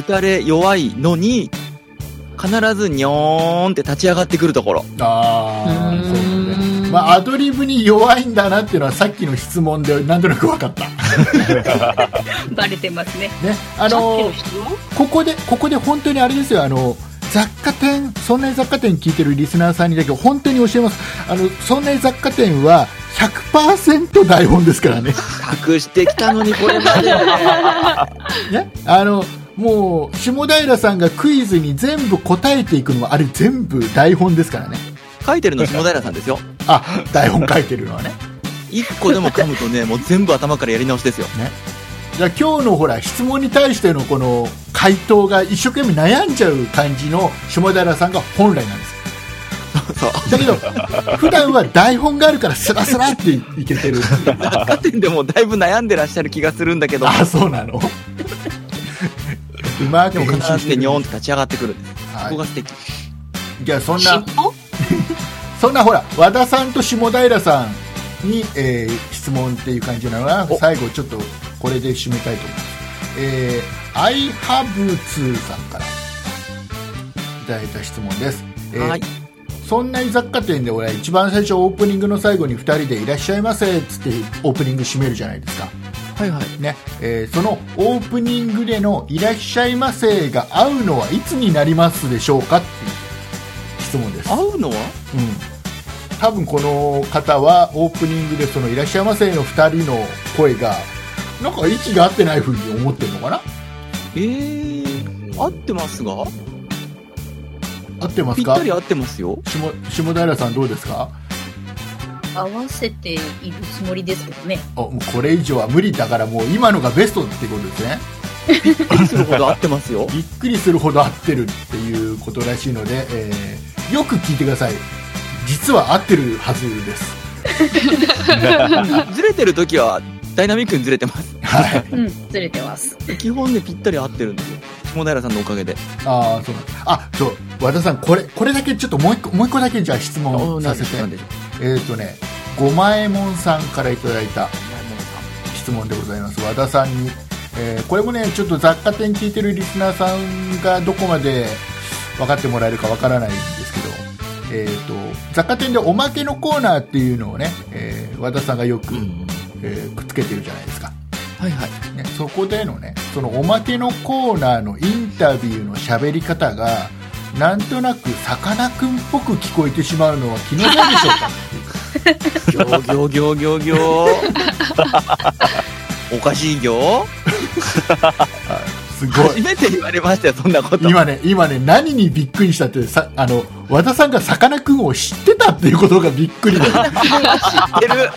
S5: 打たれ弱いのに、必ずにょーんって立ち上がってくるところ。
S2: ああそうだねまあアドリブに弱いんだなっていうのはさっきの質問でなんとなくわかったね
S6: バレてますね。
S2: あ
S4: さっき
S2: の
S4: の質問
S2: ここでここで本当にあれですよあの雑貨店そんなに雑貨店聞いてるリスナーさんにだけど本当に教えますあのそんなに雑貨店は100%台本ですから ね
S5: 隠してきたのにこれま で。
S2: ね、あのもう下平さんがクイズに全部答えていくのはあれ全部台本ですからね
S5: 書いてるの下平さんですよ。
S2: あ台本書いてるのはね
S5: 一個でも噛むとね、もう全部頭からやり直しですよ。
S2: じゃあ今日のほら質問に対してのこの回答が一生懸命悩んじゃう感じの下平さんが本来なんです
S5: そう。
S2: だけど普段は台本があるからスラスラっていけ てる
S5: 百貨店でもだいぶ悩んでらっしゃる気がするんだけど、
S2: あそうなの うま
S5: で
S2: く
S5: も
S2: 編
S5: 必
S2: 集し
S5: ず
S2: て
S5: ね
S2: る
S5: にょーんって立ち上がってくるんです。ここ
S2: は
S5: が素敵。
S2: い、じゃあそんな
S4: 尻尾
S2: そんなほら和田さんと下平さんに、えー質問っていう感じなのが
S5: お
S2: 最後ちょっとこれで締めたいと思いますえー、アイハブツーさんからいただいた質問です、えー
S5: はい。
S2: そんな雑貨店で俺は一番最初オープニングの最後に2人で「いらっしゃいませ」っつってオープニング締めるじゃないですか
S5: はいはい。
S2: ね、えーそのオープニングでの「いらっしゃいませ」が合うのはいつになりますでしょうかっていう質問です
S5: 合うの
S2: う
S5: は
S2: ん、多分この方はオープニングでその「いらっしゃいませ」の2人の声がなんか息が合ってない風に思ってるのかな
S5: えー、合ってますが
S2: 合ってま
S5: ぴ
S2: す
S5: っ
S2: か
S5: たり合ってますよ。
S2: 下下平さんどうですか
S6: 合わせているつもりですけどね。
S2: あもうこれ以上は無理だからもう今のがベストってことですね
S5: するほど合ってますよ。
S2: びっくりするほど合ってるっていうことらしいので、えーよく聞いてください実は合ってるはずです
S5: ずれてる時はダイナミックにずれてます。
S2: はい
S6: うん、ずれてます。
S5: 基本ね、ぴったり合ってるんですよ。下平さんのおかげで。
S2: ああそうなんですあそう和田さんこれこれだけちょっともう一個もう一個だけじゃあ質問させて
S5: なんでしょう。
S2: えー、とね、五前門さんからいただいた質問でございます。和田さんに。えーこれもね、ちょっと雑貨店聞いてるリスナーさんがどこまで分かってもらえるかわからないんですけど、えー、と、雑貨店でおまけのコーナーっていうのをね、えー和田さんがよく、えーくっつけてるじゃないですか。
S5: はいはい。
S2: ね、そこでのねそのおまけのコーナーのインタビューの喋り方がなんとなくさかなクンっぽく聞こえてしまうのは気のせいでしょうかっていう
S5: ぎょうぎょうぎょうぎょ うぎょう。おかしいぎょう
S2: すご
S5: 初
S2: い
S5: めて言われましたよ、そんなこと。
S2: 今ね今ね何にびっくりしたってさあの和田さんがさかなクンを知ってたっていうことがびっくり だよ
S5: 知ってる。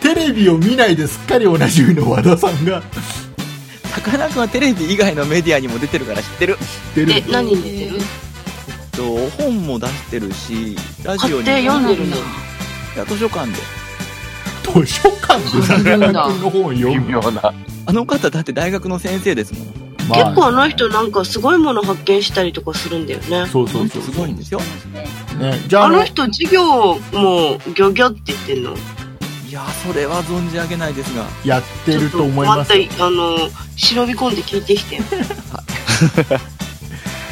S2: テレビを見ないですっかりおなじみの和田さんが
S5: さかなクンはテレビ以外のメディアにも出てるから知ってる。
S2: 出る
S4: え、何に出てる
S5: えっと、本も出してるし、ラジ
S4: 買
S5: オ
S4: っ
S5: に
S4: て読んでる
S1: ん
S4: の
S1: だ。
S5: いや図書館で。
S2: 図書館でさかなクンの本を読
S3: 微
S2: む
S3: 妙な。
S5: あの方だって大学の先生ですもん。
S2: まあ
S4: 結構あの人なんかすごいもの発見したりとかするんだよね。
S2: そうそうそう
S5: すごいんですよ。
S6: ね
S2: ねじゃあ
S4: あ
S2: あの
S4: の人授業もギョギョって言ってんの
S5: いや、それは存じ上げないですが。
S2: やってると思い
S4: ちょ
S2: ま
S4: っ
S2: す
S4: とまたあの忍び込んで聞いて きてよ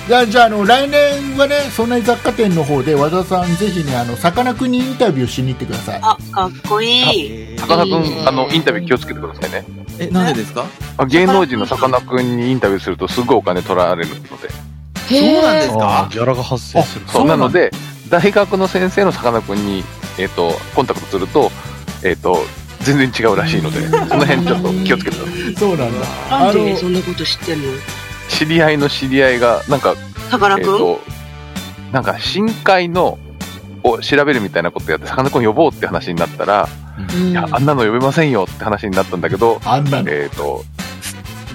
S2: じゃあじゃああの来年はねそんな雑貨店の方で和田さんぜひねあのさかなクンにインタビューしに行ってください
S4: あかっこいい
S5: えー
S3: 魚く
S1: いいね
S3: ん、あの、インタビュー気をつけてくださいね。
S5: え、なんでですか
S3: あ芸能人の魚くんにインタビューするとすごいお金取られるので。
S1: へ
S5: そうなんで
S1: え。
S5: すか
S7: ギャラが発生する。
S3: そう
S2: そうな
S3: なん
S2: だ
S3: ので、大学の先生の魚くんに、えっ、と、コンタクトすると、えっ、と、全然違うらしいので、その辺ちょっと気をつけてください。
S2: そうなんだ
S4: な
S2: あ
S4: んで
S2: の
S4: そんなこと知ってんの
S3: 知り合いの知り合いが、なんか、
S4: さかな
S3: えっ、
S4: クン
S3: と、なんか、深海の、を調べるみたいなことやって、魚くん呼ぼうって話になったら、
S1: うん
S3: いや、あんなの呼べませんよって話になったんだけど、
S2: あんなの
S3: えっ、と、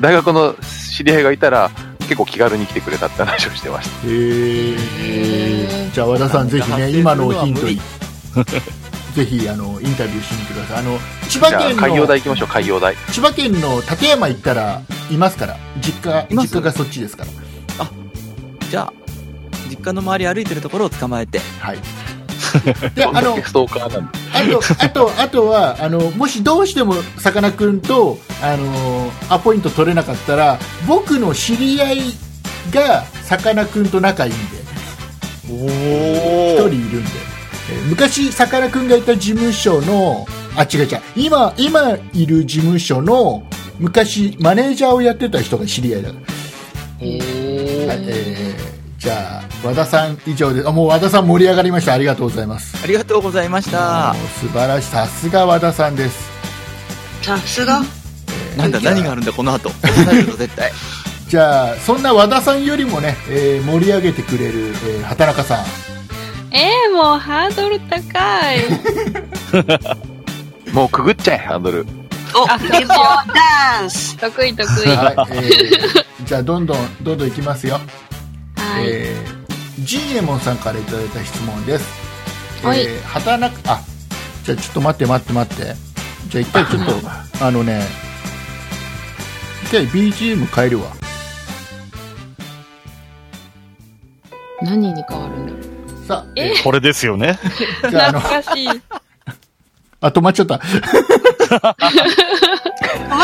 S3: 大学の知り合いがいたら、結構気軽に来てくれたって話をしてました。
S2: へえじゃあ和田さんぜひね今のをヒントにぜひあのインタビューしに行ってくださいあの千
S3: じゃ
S2: 葉
S3: あ、
S2: 県
S3: 海洋
S2: の
S3: 大行きましょう、海洋大。
S2: 千葉県の館山行ったらいますから実家
S5: いま
S2: 実
S5: す
S2: 家がそっちですから
S5: じゃあ、実家の周り歩いてるところを捕まえて。
S2: はいで
S3: どん
S2: あの
S3: だけストーカーなんだ。
S2: あと、あと、あとは、あの、もしどうしても、さかなクンと、あの、アポイント取れなかったら、僕の知り合いが、さかなクンと仲いいんで、
S5: お
S2: 一人
S5: お
S2: い。るんで。えー昔、さかなクンがいた事務所の、あ、違う違う、今、今いる事務所の、昔、マネージャーをやってた人が知り合いだから。
S1: へ
S2: はい、
S1: え。
S2: えーじゃあ、和田さん以上で、あ、もう和田さん盛り上がりました。ありがとうございます。
S5: ありがとうございました。
S2: もう素晴らしい。さすが和田さんです。
S4: さすが
S5: なんだ、
S2: じゃあ
S5: 何があるんだ、この後。抑えるぞ絶対。
S2: じゃあそんな和田さんよりもね、えー盛り上げてくれる、えー畑中さん
S1: えー、もうハードル高い。
S3: もうくぐっちゃえ、ハンドル。
S4: お
S1: あ
S4: レポダンス
S1: 得意得意。は
S2: はい、えーじゃあどんどんどんどんいきますよ、
S1: い。
S2: えー、ジンエモンさんからいただいた質問です、
S1: はい
S2: えー畑中あじゃあちょっと待って待って待ってじゃあ一回ちょっとあのね一回 BGM 変えるわ
S1: 何に変わるんだろう。
S2: さあ、
S1: え
S7: これですよね。
S2: じゃああの
S1: 懐かしい。
S2: あ止まっちゃった
S4: 終わ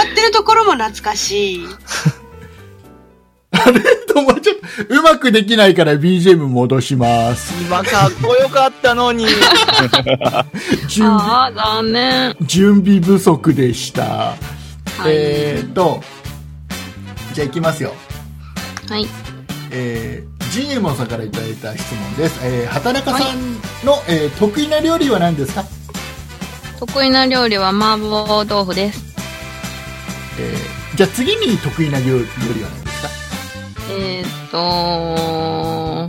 S4: ってるところも懐かしい
S2: 止まっちゃったうまくできないから BGM 戻します
S5: 今かっこよかったのに。
S2: 準備
S1: ああ、残念。
S2: 準備不足でした、
S1: はい。
S2: えーとじゃあいきますよ
S1: はい。
S2: えー、ジンエモンさんからいただいた質問です、えー、畑中さんの、えー得意な料理は何ですか、
S1: 得意な料理は麻婆豆腐です。
S2: えー、じゃあ次に得意な料料理は何ですか
S1: えー、っと、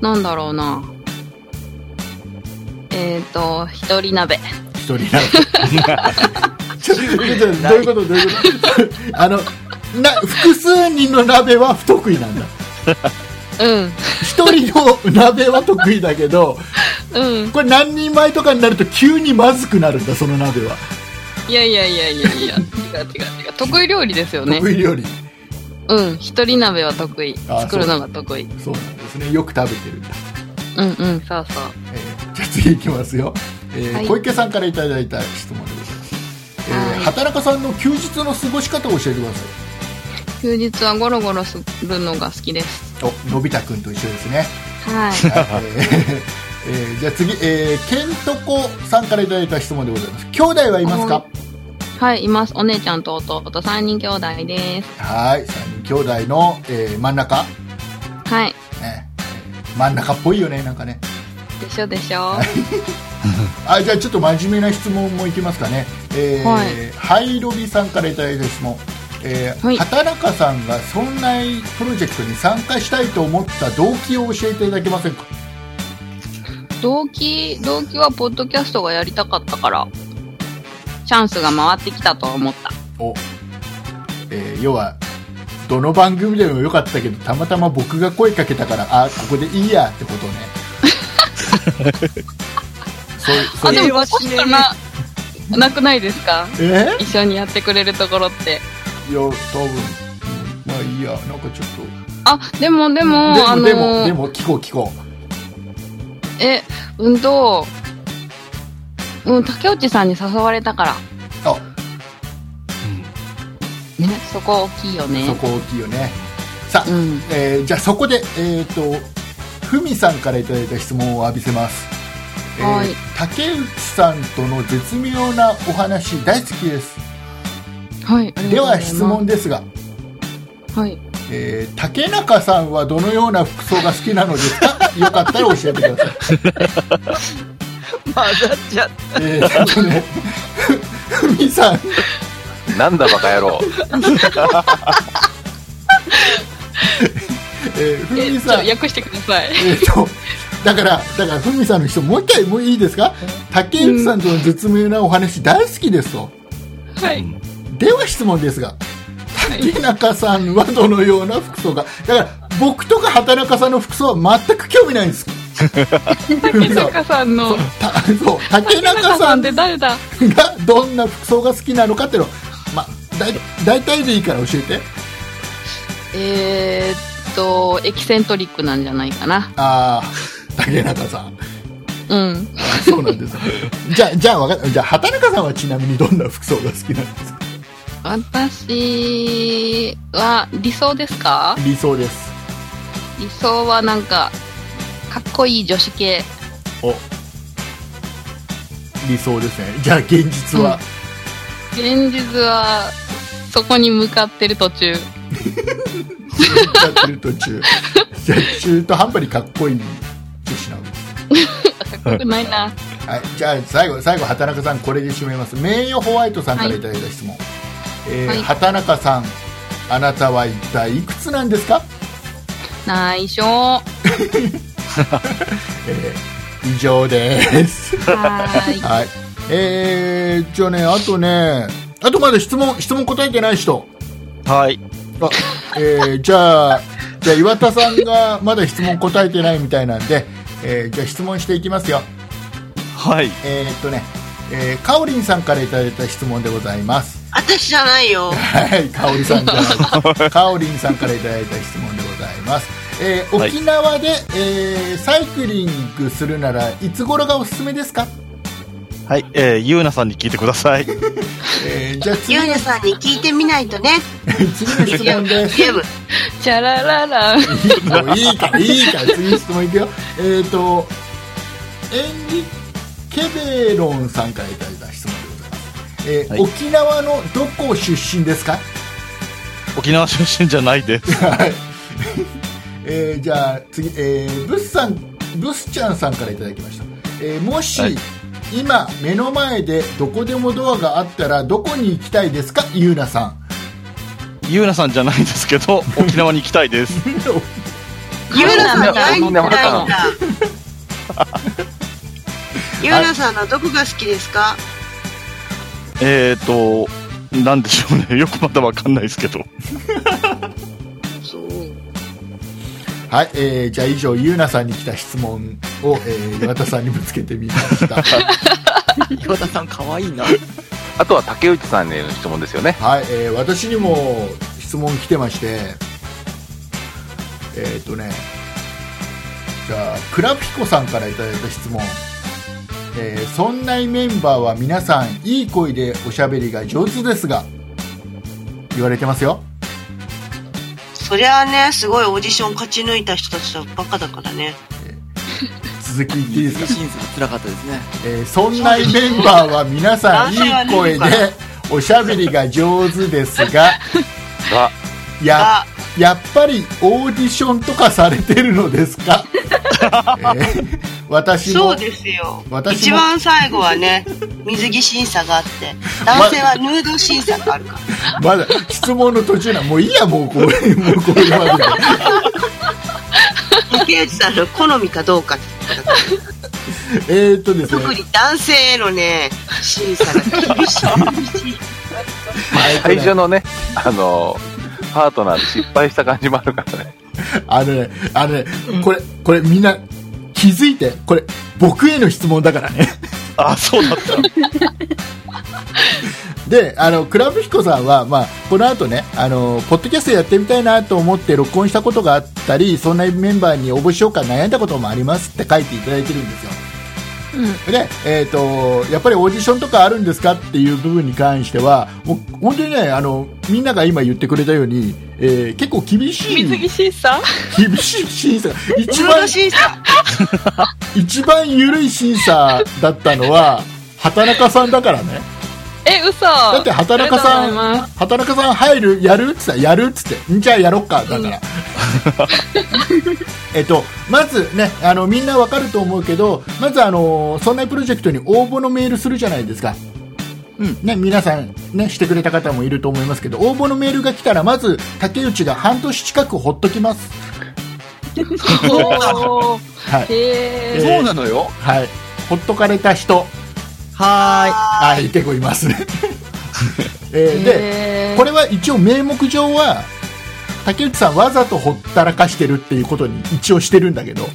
S1: なんだろうな。えー、っと、一人鍋。
S2: 一人なのちょちょ どういうことどういうこと あのな複数人の鍋は不得意なんだ
S1: うん。
S2: 一人の鍋は得意だけど
S1: うん。
S2: これ何人前とかになると急にまずくなるんだその鍋は、
S1: いやいやいやいやいや。違う違う違う。得意料理ですよね。
S2: 得意料理
S1: うん。一人鍋は得意。
S2: あ
S1: 作るのが得意。
S2: そうなんですねよく食べてるんだ
S1: うんうん、そうそう。
S2: えーじゃあ次いきますよ、えー
S1: はい
S2: 小池さんからいただいた質問でございます、えー
S1: はい
S2: 畑中さんの休日の過ごし方を教えてください
S1: 休日はゴロゴロするのが好きです。
S2: おのび太くんと一緒ですね、
S1: はい。
S2: はいえーえーじゃあ次、えー、ケントコさんからいただいた質問でございます兄弟はいますか
S8: はい、います。お姉ちゃんと弟、3人兄弟です。
S2: はい3人兄弟の、えー真ん中、
S8: はい。
S2: ね、真ん中っぽいよねなんかね
S8: でしょでしょ。
S2: あじゃあちょっと真面目な質問もいきますかね、えー
S8: はい
S2: ハイロビさんからいただいた質問、えー
S8: はい
S2: 畑中さんがそんなプロジェクトに参加したいと思った動機を教えていただけませんか
S8: 動機、動機はポッドキャストがやりたかったから、チャンスが回ってきたと思った。
S2: お、えー要はどの番組でもよかったけどたまたま僕が声かけたからあここでいいやってことね そうそ
S8: あ、
S2: う
S8: で
S5: れ
S8: も、
S5: は
S8: こ
S5: しねえ
S8: こな、なくないですか
S2: えー
S8: 一緒にやってくれるところって。
S2: いや多分まあいいやなんかちょっと
S8: あ、でもでも、あの
S2: でもでもでも聞こう聞こう
S8: え、うんと、うん、竹内さんに誘われたから。
S2: あ
S8: ね、そこ大きいよ
S2: そ
S8: ね。
S2: こ大きいよねさあ、
S8: うん。
S2: えーじゃあそこでえっ、とふみさんからいただいた質問を浴びせます、えー
S8: はい
S2: 竹内さんとの絶妙なお話大好きです
S8: はい。ありがとうございます
S2: では質問。ですが、
S8: はい。
S2: えー竹中さんはどのような服装が好きなので すかよかったら教えてください、
S5: 混ざっちゃっ
S2: えー、ちょっとねふふみさん
S3: なんだバカ野郎。
S2: えーふ
S8: え、
S2: み
S8: ちょっ
S2: さ
S8: と
S2: んえっ、
S8: 訳してください。
S2: とだからだからふみさんの人もう一回もういいですか竹内さんとの絶妙なお話大好きですと
S8: はい。
S2: では質問ですが竹中さんはどのような服装がだから僕とか畑中さんの服装は全く興味ないんですふみ
S8: 竹
S2: さん
S8: 中さんの、
S2: たそう竹
S8: 竹
S2: 中
S8: 中
S2: さ
S8: さ
S2: ん
S8: んって誰だ
S2: がどんな服装が好きなのかっていうのを、まあ、だい大体でいいから教えて
S8: えーっと、エキセントリックなんじゃないかな。
S2: ああ竹中さん
S8: うん。
S2: あそうなんですねじゃあじゃあわかったじゃあ畑中さんはちなみにどんな服装が好きなんですか
S8: 私は、理想ですか
S2: 理想です
S8: 理想はなんか、かっこいい女子系。
S2: 理想ですねじゃあ現実は、
S8: 現実は、そこに向かってる途中。
S2: やってる途中じゃあ中途半端にかっこいい女子なの
S8: かっこよくないな。
S2: はい、じゃあ最後最後畑中さんこれで締めます名誉ホワイトさんからいただいた質問、えー
S8: はい
S2: 畑中さんあなたは一体いくつなんですか
S8: 内緒。は
S2: 以上です
S8: ーい。
S2: はい。えー、じゃあね、あとね、あとまだ質問、質問答えてない人。
S5: た。はい。
S2: あ、えー、じゃあ、じゃあ岩田さんがまだ質問答えてないみたいなんで、えー、じゃあ質問していきますよ。
S7: はい。
S2: えー、っとね、えー、かおりんさんからいただいた質問でございます。
S4: 私じゃな いよ。
S2: はい、かおりさんじゃ ない。かおりんさんからいただいた質問でございます。えー、
S7: はい
S2: 沖縄で、えー、サイクリングするならいつ頃がおすすめですか、
S7: はい。えー、ゆうなさんに聞いてください。
S2: えー、じゃあ次
S4: ゆう
S2: の
S4: やさんに聞いてみない とね。
S2: 次の質問です。
S4: ゲーム。
S8: チャラララン。
S2: もういいからいいから次の質問いくよえっ、ー、とエンリケベロンさんからいただいた質問でございます、えー
S7: はい
S2: 沖縄のどこ出身ですか
S7: 沖縄出身じゃないです。
S2: はい、えーじゃあ次、えーブスさんブスちゃんさんからいただきました、えーもし、
S7: はい
S2: 今目の前でどこでもドアがあったらどこに行きたいですかゆうなさ ん
S7: ゆうなさんじゃないですけど、沖縄に行きたいです。
S4: ゆうなさんに会いに行きたいんだ。ゆうなさんのどこが好きですか
S7: えーと、なんでしょうね。よくまだわかんないですけど。
S2: はい、えーじゃあ以上ゆうなさんに来た質問を、えー岩田さんにぶつけてみました
S5: 岩田さん可愛いな。
S3: あとは竹内さんへの質問ですよね。
S2: はい、えー私にも質問来てまして、えーっ、とね、じゃあ、クラピコさんからいただいた質問、えーそんないメンバーは皆さん、いい声でおしゃべりが上手ですが、言われてますよ。
S4: そりゃあね、すごいオーディション勝ち抜いた人たちばっかだからね。
S2: 続き言っていいですか、
S5: 審査辛かったですね。
S2: えー、そんないメンバーは皆さん、いい声でおしゃべりが上手です が
S3: が
S2: や
S4: あ、
S2: やっぱりオーディションとかされてるのですか、えー私
S4: そ
S2: も
S4: うですよ。
S2: 私
S4: 一
S2: も
S4: 番最後はね、水着審査があって、男性はヌード審査があるか
S2: ま
S4: ら。
S2: だ質問の途中なもういいやもうこれもうこれまで
S4: 竹内さんの好みかどうかってこと だから
S2: えーっとですね
S4: 特に男性へのね、審査が厳 しい。厳しい
S3: 最初のね、あのーパートナーで失敗した感じもあるからね。
S2: あのねあのねこれこれみんな気づいてこれ僕への質問だからね
S7: あ、そうだった。
S2: であのクラブ彦さんは、まあ、この後ねあのポッドキャストやってみたいなと思って録音したことがあったりそんなメンバーに応募しようか悩んだこともありますって書いていただいてるんですよで、えー、とやっぱりオーディションとかあるんですかっていう部分に関してはもう本当にねあのみんなが今言ってくれたように、えー結構厳しい
S8: 水着審査
S2: 厳しい審査が一
S4: ヌード
S2: 番
S4: 審査。
S2: 一番緩い審査だったのは畑中さんだからね
S8: え、嘘
S2: だって畑中さ
S8: ありがとうござい
S2: ん
S8: ます
S2: 畑中さん入るやるって言ったらやるっつってんじゃあやろっかだから、 えっとまずねあのみんなわかると思うけどまずあのそんなプロジェクトに応募のメールするじゃないですか
S5: うん
S2: ね、皆さん、ね、してくれた方もいると思いますけど応募のメールが来たらまず竹内が半年近くほっときます、
S8: おー
S2: はい
S8: へ
S2: え
S8: ー
S2: ー
S5: そうなのよ。
S2: はい、ほっとかれた人
S5: は
S2: はい結構い ますね、えーで
S8: へー
S2: これは一応名目上は竹内さんわざとほったらかしてるっていうことに一応してるんだけど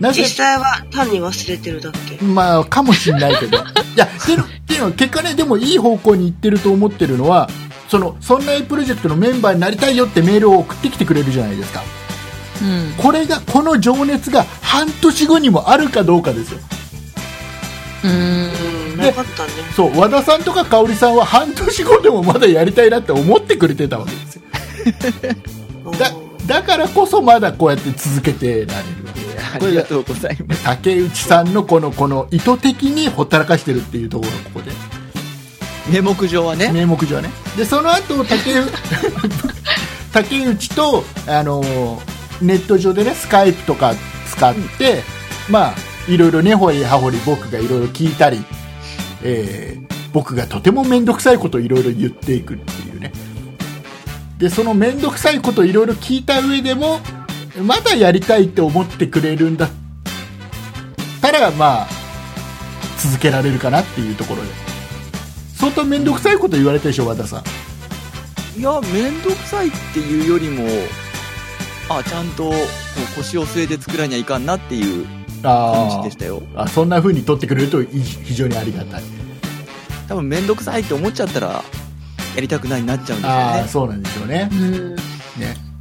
S2: なぜ
S4: 実際は単に忘れてるだけ。
S2: まあかもしんないけどいやっていうのっていうのは結果ねでもいい方向に行ってると思ってるのはそのそんなプロジェクトのメンバーになりたいよってメールを送ってきてくれるじゃないですか
S8: うん
S2: これがこの情熱が半年後にもあるかどうかですよ
S8: うん
S4: うん、
S2: ね
S4: なかったね。
S2: そう和田さんとか香織さんは半年後でもまだやりたいなって思ってくれてたわけですよだだからこそまだこうやって続けてられるわけ
S5: ーい。ありがとうございます。
S2: 竹内さんのこのこの意図的にほったらかしてるっていうところここで
S5: 名目上はね。
S2: 名目上はねでその後竹内竹内とあのーネット上でねスカイプとか使って、まあいろいろ根掘り葉掘り僕がいろいろ聞いたり、えー僕がとても面倒くさいことをいろいろ言っていくっていうねでその面倒くさいことをいろいろ聞いた上でもまだやりたいって思ってくれるんだったらまあ続けられるかなっていうところで相当面倒くさいこと言われたでしょ和田さん
S5: いや、めんどくさいっていうよりも、あ、ちゃんとこう腰を据えて作らにはいかんなっていう感じ
S2: あ
S5: でしたよ。
S2: あそんな風に取ってくれるとい非常にありがたい
S5: 多分めんどくさいって思っちゃったら、やりたくないになっちゃうんでしょう
S2: ああ
S5: ね。
S2: そうなんでしょうね
S8: うん
S2: ね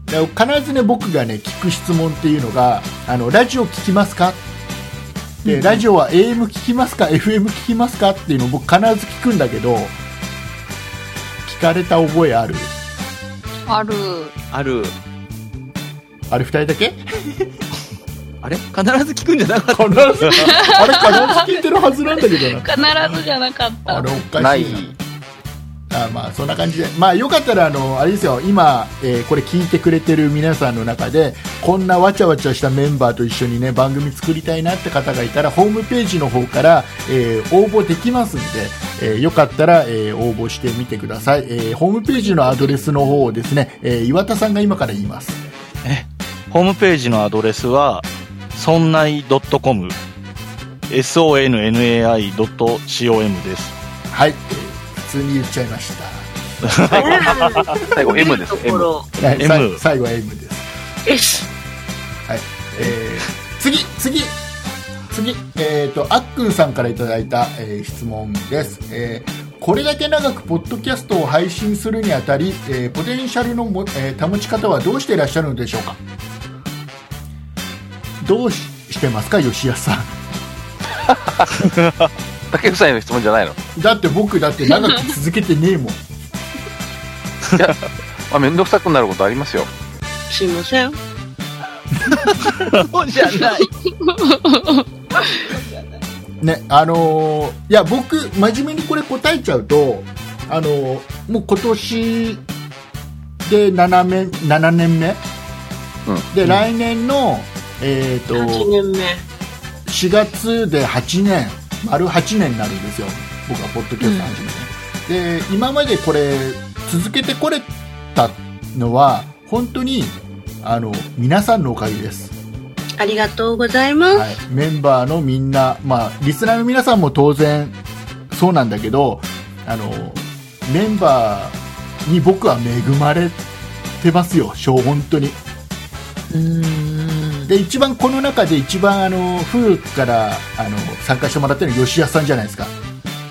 S2: だから必ずね僕がね聞く質問っていうのがあのラジオ聞きますかで、ラジオは AM 聞きますか FM 聞きますかっていうのを僕必ず聞くんだけど聞かれた覚えある
S1: ある。
S5: ある。
S2: あれ2人だ け
S5: あれ必ず聞くんじゃなかった
S2: 必ずあれ必ず聞いてるはずなんだけどな
S1: 必ずじゃなかっ
S2: あ
S1: た。
S2: れおかしい
S3: ない。
S2: あまあそんな感じで、まあ、よかったらあのあれですよ今、えーこれ聞いてくれてる皆さんの中でこんなわちゃわちゃしたメンバーと一緒に、ね、番組作りたいなって方がいたらホームページの方から、えー応募できますんで、えーよかったら、えー応募してみてください、えーホームページのアドレスの方をですね、えー岩田さんが今から言います
S7: ホームページのアドレスは、そんない .com、sonnai.com です。
S2: はい、えー普通に言っちゃいまし
S3: 最後、最後 M です
S4: と、こ
S3: M。
S4: ろ、
S2: た、はい
S7: M
S2: さい最後は M です
S4: S。
S2: えー次次次えっ、とあっくんさんからいただいた、えー質問です、えーこれだけ長くポッドキャストを配信するにあたり、えーポテンシャルのも、えー保ち方はどうしていらっしゃるのでしょうかどうししてますか吉安さ
S3: 竹内さんへの質問じゃないの。
S2: んだって僕だって長く続けてねえもん
S3: まあ、めんどくさくなることありますよ。
S4: すいません。
S5: そうじゃない。
S2: ね、あのーいや、僕、真面目にこれ答えちゃうと、あのーもう今年で7年 ,7 年目、
S3: うん
S2: で、来年の、えっ、と、
S4: 8年目。
S2: 4月で8年丸8年になるんですよ僕はポッドキャスト始めて、で今までこれ続けてこれたのは本当にあの皆さんのおかげです、
S4: ありがとうございます。
S2: はい、メンバーのみんな、まあ、リスナーの皆さんも当然そうなんだけどあのメンバーに僕は恵まれてますよしょ本当にで一番この中で一番あの古くからあの参加してもらってるのは吉谷さんじゃないですか、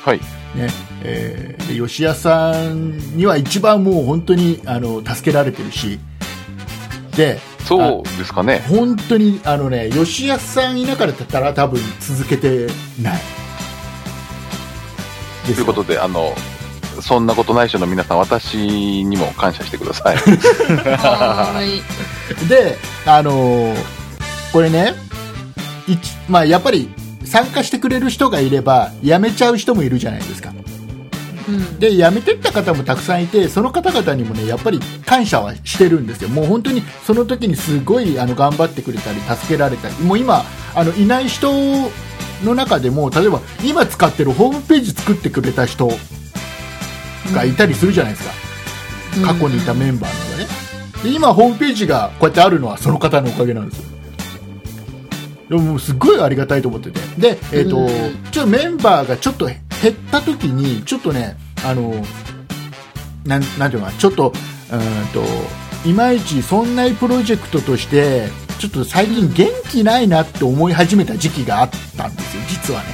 S3: はい
S2: ねえーで吉谷さんには一番もう本当にあの助けられてるしで
S3: そうですかね。
S2: 本当にあのね吉安さんいなかったら多分続けてない
S3: ということで、あの、そんなことないしょの皆さん、私にも感謝してください。
S1: はーい。
S2: であのーこれね一まあやっぱり参加してくれる人がいれば辞めちゃう人もいるじゃないですか
S1: うん
S2: で辞めてった方もたくさんいてその方々にもねやっぱり感謝はしてるんですよ、もう本当にその時にすごいあの頑張ってくれたり助けられたりもう今あのいない人の中でも例えば今使ってるホームページ作ってくれた人がいたりするじゃないですか、過去にいたメンバーのねで今ホームページがこうやってあるのはその方のおかげなんですよでももうすごいありがたいと思っててで、えーと
S1: うん
S2: ちょっとメンバーがちょっと減った時にちょっとねあのなんなんていうのかなちょっとうーんといまいちそんなプロジェクトとしてちょっと最近元気ないなって思い始めた時期があったんですよ実はね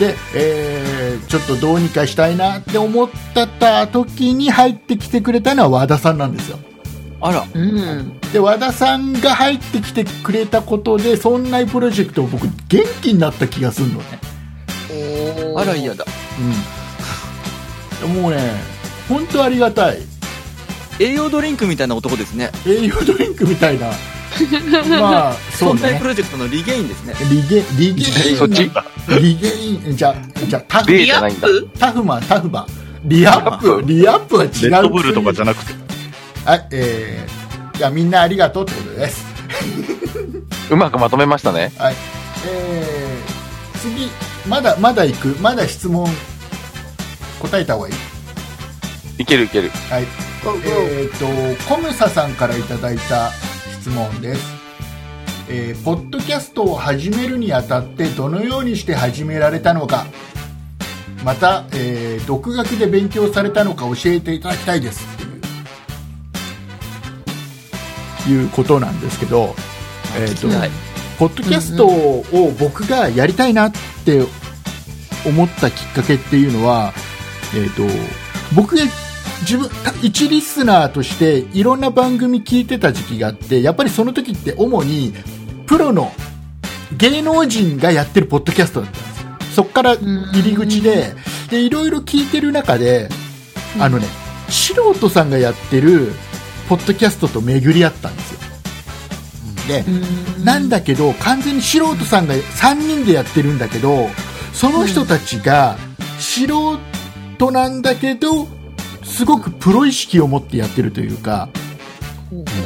S2: で、えーちょっとどうにかしたいなって思ってた時に入ってきてくれたのは和田さんなんですよ
S5: あら、
S1: うん。
S2: で和田さんが入ってきてくれたことでそんなプロジェクトを僕元気になった気がするのね
S5: あら嫌だ。
S2: うんもうね本当ありがたい
S5: 栄養ドリンクみたいな男ですね。
S2: 栄養ドリンクみたいなまあそう
S5: 存在
S2: ね
S5: プロジェクトのリゲインですね。
S2: リゲリゲイン
S3: そっち
S2: リゲインじゃじゃタフ
S3: 例
S4: リ
S3: じ
S4: ア
S3: ゃないん
S4: ッ
S3: だ。
S4: プ
S2: タフマンタフマンリアップリアップは違う
S7: レッドブルとかじゃなくて。
S2: はい、えー、じゃあみんなありがとうってことです。
S3: うまくまとめましたね。
S2: えー、次、まだまだ行く、まだ質問答えた方がいい。
S3: いけるいける。
S2: はい。えっ、と、コムサさんからいただいた質問です。えー、ポッドキャストを始めるにあたってどのようにして始められたのかまた、えー、独学で勉強されたのか教えていただきたいですっていういうことなんですけど、えー、と
S5: はい。
S2: ポッドキャストを僕がやりたいなって思ったきっかけっていうのは、えー、と僕が自分た一リスナーとしていろんな番組聞いてた時期があってやっぱりその時って主にプロの芸能人がやってるポッドキャストだったんですよそこから入り口ででいろいろ聞いてる中であのね素人さんがやってるポッドキャストと巡り合ったんですよで、なんだけど完全に素人さんが3人でやってるんだけどその人たちが素人なんだけどすごくプロ意識を持ってやってるというか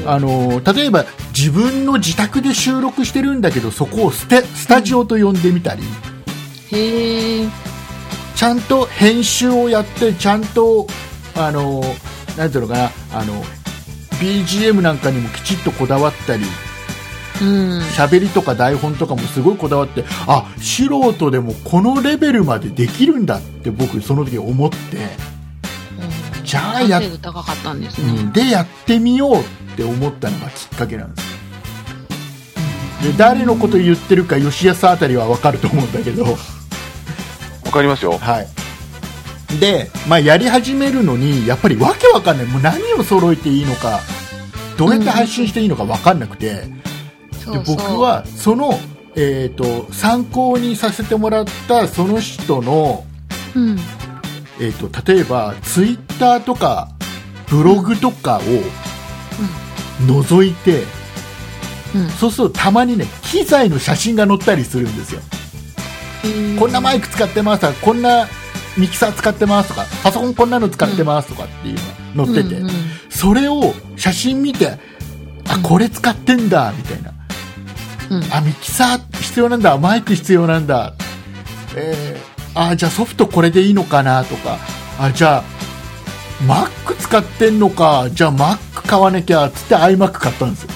S2: あの例えば自分の自宅で収録してるんだけどそこをステスタジオと呼んでみたり
S1: へえ。
S2: ちゃんと編集をやってちゃんとあのなんていうのかなあの BGM なんかにもきちっとこだわったり
S1: うん。
S2: 喋りとか台本とかもすごいこだわってあ素人でもこのレベルまでできるんだって僕その時思ってじゃあや
S1: 完
S2: っ、
S1: 成度高かったんです
S2: う
S1: ね。
S2: んでやってみようって思ったのがきっかけなんですで誰のこと言ってるか吉安あたりは分かると思うんだけ ど
S3: わかりますよ。
S2: はい、で、まあ、やり始めるのにやっぱりわけわかんないもう何を揃えていいのかどうやって配信していいのかわかんなくて、
S1: そ
S2: で
S1: うそう
S2: 僕、はその、えー、と参考にさせてもらったその人の、
S1: うん。
S2: えー、と例えばツイッターとかブログとかを覗いて、
S1: うん
S2: そうするとたまにね機材の写真が載ったりするんですよこんなマイク使ってますとかこんなミキサー使ってますとかパソコンこんなの使ってますとかっていうの載ってて、
S8: うんうん
S2: それを写真見てあこれ使ってんだみたいな、
S8: うん
S2: あミキサー必要なんだマイク必要なんだ、えーあじゃあソフトこれでいいのかなとかあじゃあ Mac 使ってんのかじゃあ Mac 買わなきゃっつって iMac 買ったんですよ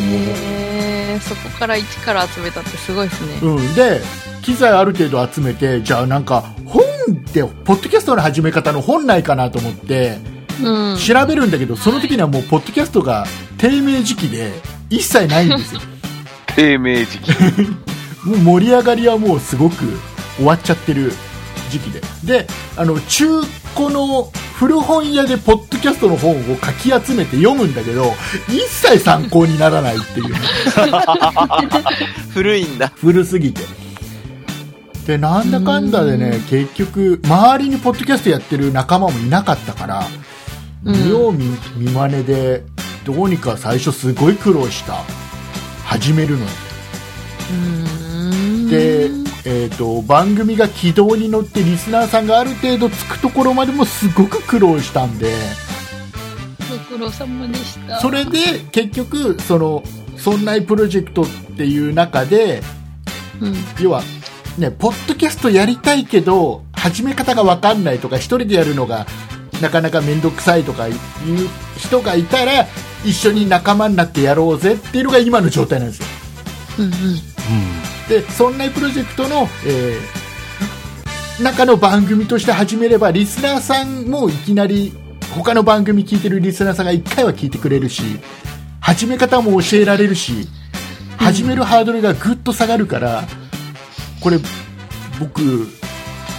S8: へえそこから一から集めたってすごいですね。
S2: うん、で機材ある程度集めてじゃあなんか本ってポッドキャストの始め方の本ないかなと思って
S8: うん。
S2: 調べるんだけど、その時にはもうポッドキャストが低迷時期で一切ないんですよ
S3: 低迷時期。
S2: もう盛り上がりはもうすごく終わっちゃってる時期でであの中古の古本屋でポッドキャストの本をかき集めて読むんだけど一切参考にならないっ ていう
S5: 古いんだ。
S2: 古すぎてでなんだかんだでね結局周りにポッドキャストやってる仲間もいなかったから
S8: うん
S2: 見よう見見まねでどうにか最初すごい苦労した始めるのに
S8: うん
S2: で、えー、と番組が軌道に乗ってリスナーさんがある程度つくところまでもすごく苦労したんで
S8: ご苦労様でした。
S2: それで結局その「そんないプロジェクト」っていう中で
S8: うん。
S2: 要はねポッドキャストやりたいけど始め方が分かんないとか一人でやるのがなかなか面倒くさいとかいう人がいたら一緒に仲間になってやろうぜっていうのが今の状態なんですよ
S8: うん
S2: でそんなプロジェクトの、えー中の番組として始めればリスナーさんもいきなり他の番組聞いてるリスナーさんが1回は聞いてくれるし始め方も教えられるし始めるハードルがぐっと下がるからこれ僕、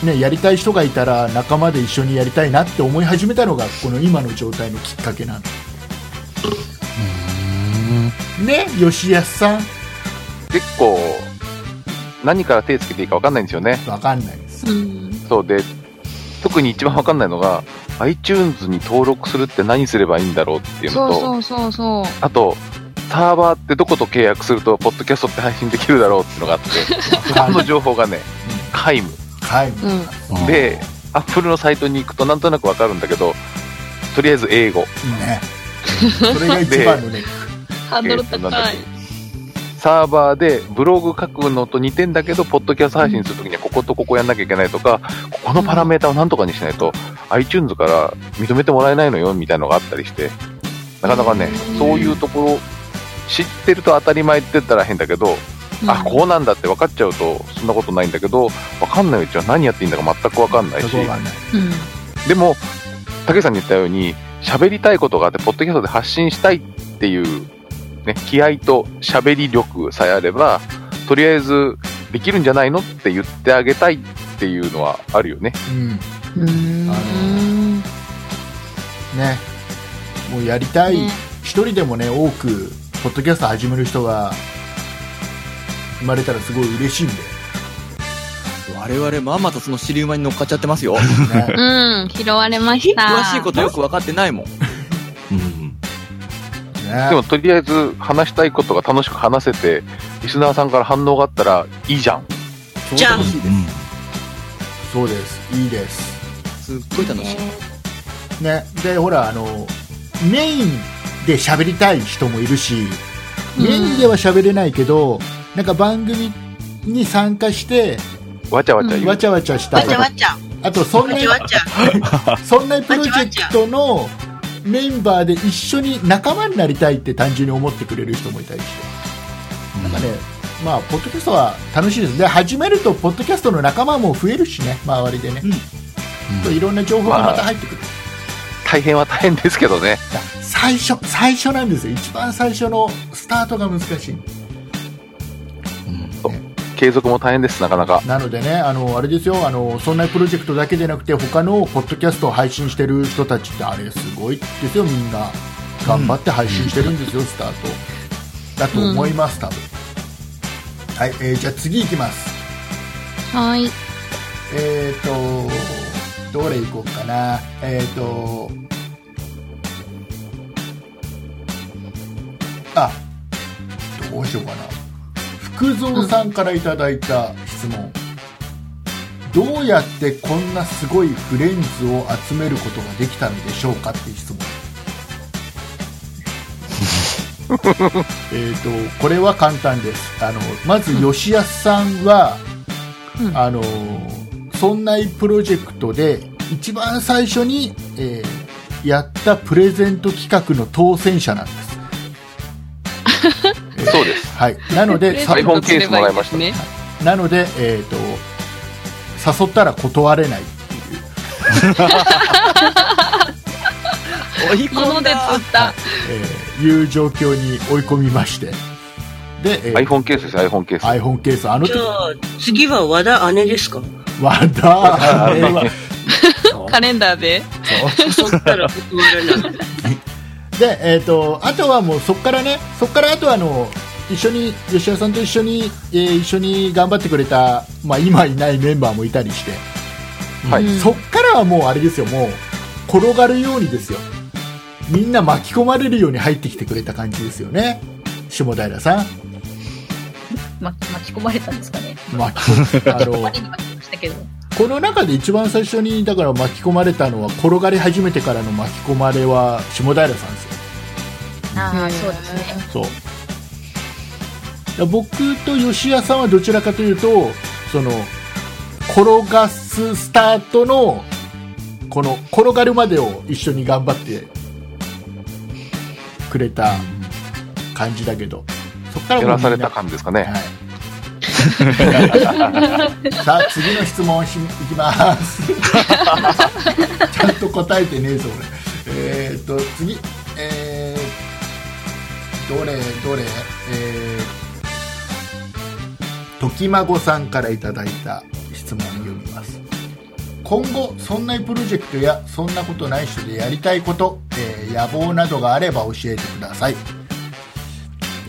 S2: ね、やりたい人がいたら仲間で一緒にやりたいなって思い始めたのがこの今の状態のきっかけなんですね吉安さん
S3: 結構、何から手つけていいか分かんないんですよね。
S2: わかんないです
S8: うん。
S3: そうで、特に一番分かんないのが、iTunes に登録するって何すればいいんだろうっていうの
S8: そう
S3: と、
S8: そうそうそう。
S3: あと、サーバーってどこと契約すると、ポッドキャストって配信できるだろうっていうのが あって、
S2: は
S3: その
S2: い
S3: 情報がね、皆無。
S2: はい
S8: うん。
S3: で、アップルのサイトに行くとなんとなくわかるんだけど、とりあえず英語。
S2: ね。それが一番のね。
S8: ハードル高い。
S3: サーバーでブログ書くのと似てんだけど、ポッドキャスト配信するときにはこことここやんなきゃいけないとか、ここのパラメータをなんとかにしないと、iTunes から認めてもらえないのよみたいなのがあったりして、なかなかね、そういうところ、知ってると当たり前って言ったら変だけど、あ、こうなんだって分かっちゃうと、そんなことないんだけど、分かんないうちは何やっていいんだか全く分かんない
S2: そ
S3: し、
S2: こがね。
S8: う。うん。
S3: でも、たけさんに言ったように、喋りたいことがあって、ポッドキャストで発信したいっていう、ね、気合と喋り力さえあれば、とりあえずできるんじゃないのって言ってあげたいっていうのはあるよね。
S2: うん。
S8: うん。
S2: あね。もうやりたい。
S8: ね。
S2: 一人でもね、多く、ポッドキャスト始める人が、生まれたらすごい嬉しいんで。
S5: 我々まんまとその尻馬に乗っかっちゃってますよ。
S2: ね
S8: う ん。拾われました。
S5: 詳しいことよく分かってないもん。
S7: うん
S2: ね
S3: でも、とりあえず話したいことが楽しく話せて、リスナーさんから反応があったらいいじゃん。
S4: じゃん
S5: 楽しいで
S2: そうです。いいです。
S5: す。すっごい楽しい。
S2: ね。で、ほら、あの、メインで喋りたい人もいるし、メインでは喋れないけど、なんか番組に参加して、
S3: わちゃわちゃ言う。
S2: わちゃわちゃした
S4: わ
S2: い
S4: ち。ゃわちゃ。
S2: あと、そん
S4: わ
S2: な
S4: ちゃわちゃ。
S2: そんなプロジェクトのメンバーで一緒に仲間になりたいって単純に思ってくれる人もいたりして、なんかね、まあ、ポッドキャストは楽しいですね、始めると、ポッドキャストの仲間も増えるしね、周りでね、といろんな情報がまた入ってくる、
S3: 大変は大変ですけどね。
S2: だから最初、最初なんですよ、一番最初のスタートが難しい、
S3: 継続も大変です、なかなか。
S2: なのでね、あのあれですよ、あのそんなプロジェクトだけでなくて、他のポッドキャストを配信してる人たちって、あれ、すごいですよ、みんな、頑張って配信してるんですよ、スタート。だと思います、多分、はい、えーじゃあ次いきます。
S8: はい。
S2: えっ、と、どれいこうかな、えっ、と、あどうしようかな、福蔵さんからいただいた質問。どうやってこんなすごいフレンズを集めることができたのでしょうかっていう質問えっとこれは簡単ですあのまず吉安さんは、
S8: うん
S2: あのそんないプロジェクトで一番最初に、えーやったプレゼント企画の当選者なんです
S3: そうです。
S2: はい、な ので、さ
S3: イフォンケースもらいました
S8: ね。
S2: なので、えっ、と、誘ったら断れないっていう。
S5: 追い込
S8: 物
S5: ん
S8: で釣
S5: だ
S8: った。
S2: えーいう状況に追い込みまして。で、えー
S3: iPhone ケースです、iPhone ケース。
S2: iPhone ケース、あの
S9: じゃ
S2: 時、
S9: あ、次は和田姉ですか
S2: わだ、あれ は。
S8: カレンダーで。
S9: そったら断れない。
S2: で、えっ、と、あとはもうそこからね、そこからあとはあの、一緒に、吉田さんと一緒に、えー一緒に頑張ってくれた、まあ今いないメンバーもいたりして、
S3: はい
S2: うんそっからはもうあれですよ、もう、転がるようにですよ。みんな巻き込まれるように入ってきてくれた感じですよね。下平さん。
S6: ま巻き込まれたんですかね。
S2: 巻き込あ の
S6: 割に巻き込ましたけど。
S2: この中で一番最初にだから巻き込まれたのは転がり始めてからの巻き込まれは下平さんですよ
S6: ああ、そうですね。
S2: そうだ僕と吉谷さんはどちらかというとその転がすスタートのこの転がるまでを一緒に頑張ってくれた感じだけどそっから
S3: や
S2: もうみ
S3: ら
S2: んな
S3: された感じですかね。
S2: はい。さあ次の質問しいきます。 ちゃんと答えてねえぞ俺。えー、っと次えー、どれどれえー、ときまごさんからいただいた質問を読みます。今後そんなプロジェクトやそんなことない人でやりたいこと、えー野望などがあれば教えてください。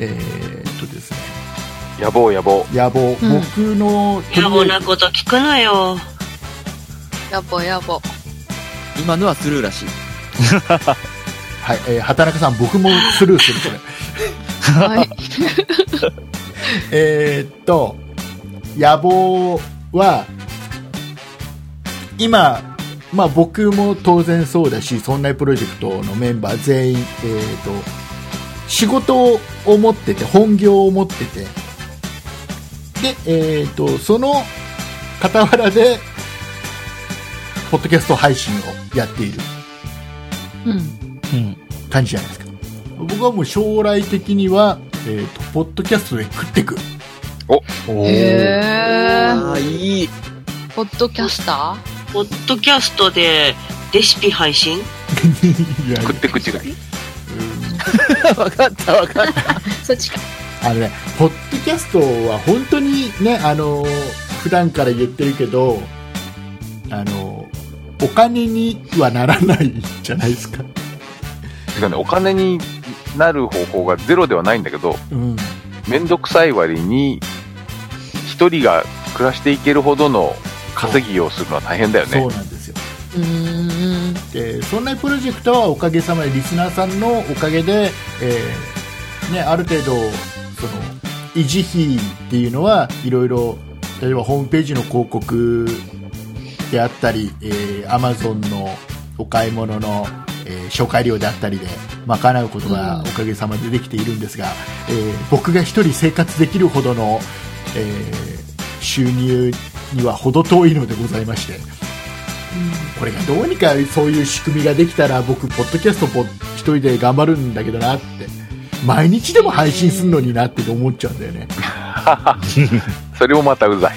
S2: えー、っとですね。
S3: 野望野望。
S2: 野望、
S8: うん
S2: 僕のとり
S9: 野暮
S2: あえ
S9: な
S2: ず
S9: こと聞くなよ。
S1: やぼや ぼ。
S5: 今のはスルーらしい。
S2: はい、えー畑中さん僕もスルーするこれ
S8: はい。
S2: えーっと野望は今、まあ、僕も当然そうだしそんなプロジェクトのメンバー全員、えーっと仕事を持ってて本業を持っててで、えーっとその傍らでポッドキャスト配信をやっている
S8: うん。
S2: 感じじゃないですか僕はもう将来的には、えー、とポッドキャストで食ってく
S7: お
S1: へー。
S5: ああ、いい。
S1: ポッドキャスタ
S9: ポッドキャストでレシピ配信
S2: いや
S3: 食って口が。
S5: わかったわかっ
S6: そっちか。
S2: あのねポッドキャストは本当にねあのー普段から言ってるけどあのーお金にはならないじゃないですか、
S3: てかね、お金になる方法がゼロではないんだけど、
S2: うん、
S3: めんどくさい割に、一人が暮らしていけるほどの稼ぎをするのは大変だよ
S2: そう
S3: ね。
S2: なんですよ
S8: うーん。
S2: でそんなプロジェクトはおかげさまでリスナーさんのおかげで、えーね、ある程度その維持費っていうのはいろいろ例えばホームページの広告であったり、えー、Amazon のお買い物の、えー紹介料であったりで賄うことがおかげさまでできているんですが、えー僕が一人生活できるほどの、えー収入には程遠いのでございまして。これがどうにかそういう仕組みができたら僕ポッドキャストも一人で頑張るんだけどなって毎日でも配信するのになって思っちゃうんだよね
S3: それもまたうざい。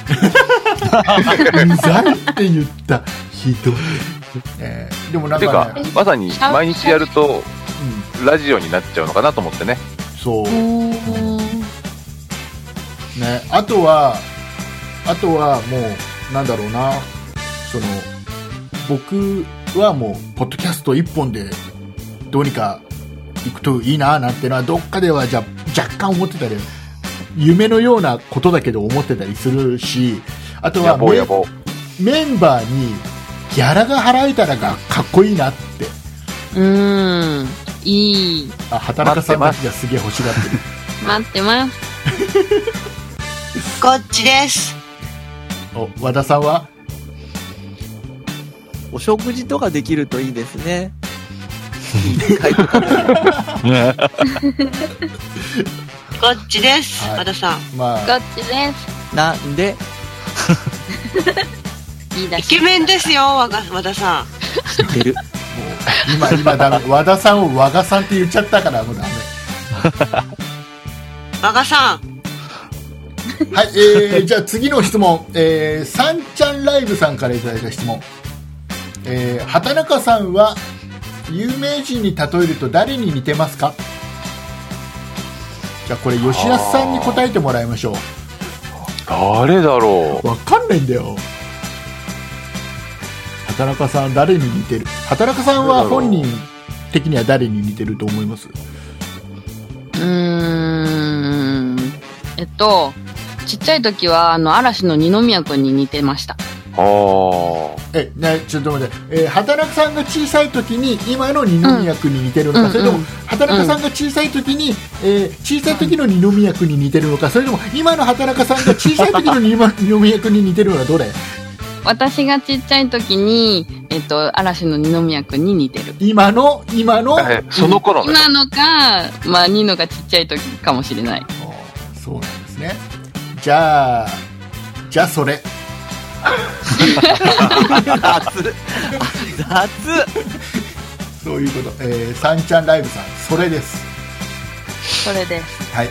S2: うざいって言ったひどい、えーでもなん
S3: て
S2: か、
S3: か
S2: ね、
S3: まさに毎日やると、
S2: う
S3: ラジオになっちゃうのかなと思ってね。
S2: ん、そ
S8: お
S2: う
S8: ー。
S2: ね、あとは、あとはもう、なんだろうな、その、僕はもう、ポッドキャスト一本で、どうにか行くといいな、なんてのは、どっかではじゃ若干思ってたり、夢のようなことだけど思ってたりするし、あと
S3: 野
S2: は
S3: 望
S2: メ
S3: 野望。
S2: メンバーに、ギャラが払えたらがかっこいいなって、
S8: うーん。いい。
S2: あ、働かさんたちがすげえ欲しがってる。
S8: 待ってます。
S4: こっちです。
S2: お、和田さんは
S5: お食事とかできるといいですね。いい回とかも
S7: ね
S9: こっちです、
S2: はい
S9: 和田さん。
S2: ま
S8: こ
S2: あ
S8: っちです。
S5: なんで、
S8: いいだ
S9: イ
S8: し。
S9: ケメンですよ、和が和田さん。
S5: 知ってる。
S2: 今今ダメ和田さんを和賀さんって言っちゃったからもうダメ
S9: 和賀さん。
S2: はい、えー、じゃあ次の質問、えー、さんちゃんライブさんからいただいた質問、えー、畑中さんは有名人に例えると誰に似てますかじゃあこれ吉安さんに答えてもらいましょ
S3: 誰だろ
S2: うわかんないんだよ畑中さん誰に似てる畑中さんは本人的には誰に似てると思います
S1: うーん。えっと、ちっちゃい時は、あの、嵐の二宮くんに似てました。
S3: うあ
S2: えね、ちょっと待って、えー、畑中さんが小さい時に今の二宮君に似てるのか、
S1: うん
S2: それとも
S1: うん
S2: 畑中さんが小さい時に、えー小さい時の二宮君に似てるのかそれとも今の畑中さんが小さい時の 二宮二宮君に似てるのはどれ
S1: 私がちっちゃい時に、えっと、嵐の二宮くんに似てる。
S2: 今の今の、
S3: あその頃ね
S1: 今のか、まあ、ニノがちっちゃい時かもしれない。
S2: あーそうなんですねじゃあじゃあそれ
S5: 雑。あ雑。
S2: そういうこと、えー、さんちゃんライブさんそれです
S1: それです。
S2: はい、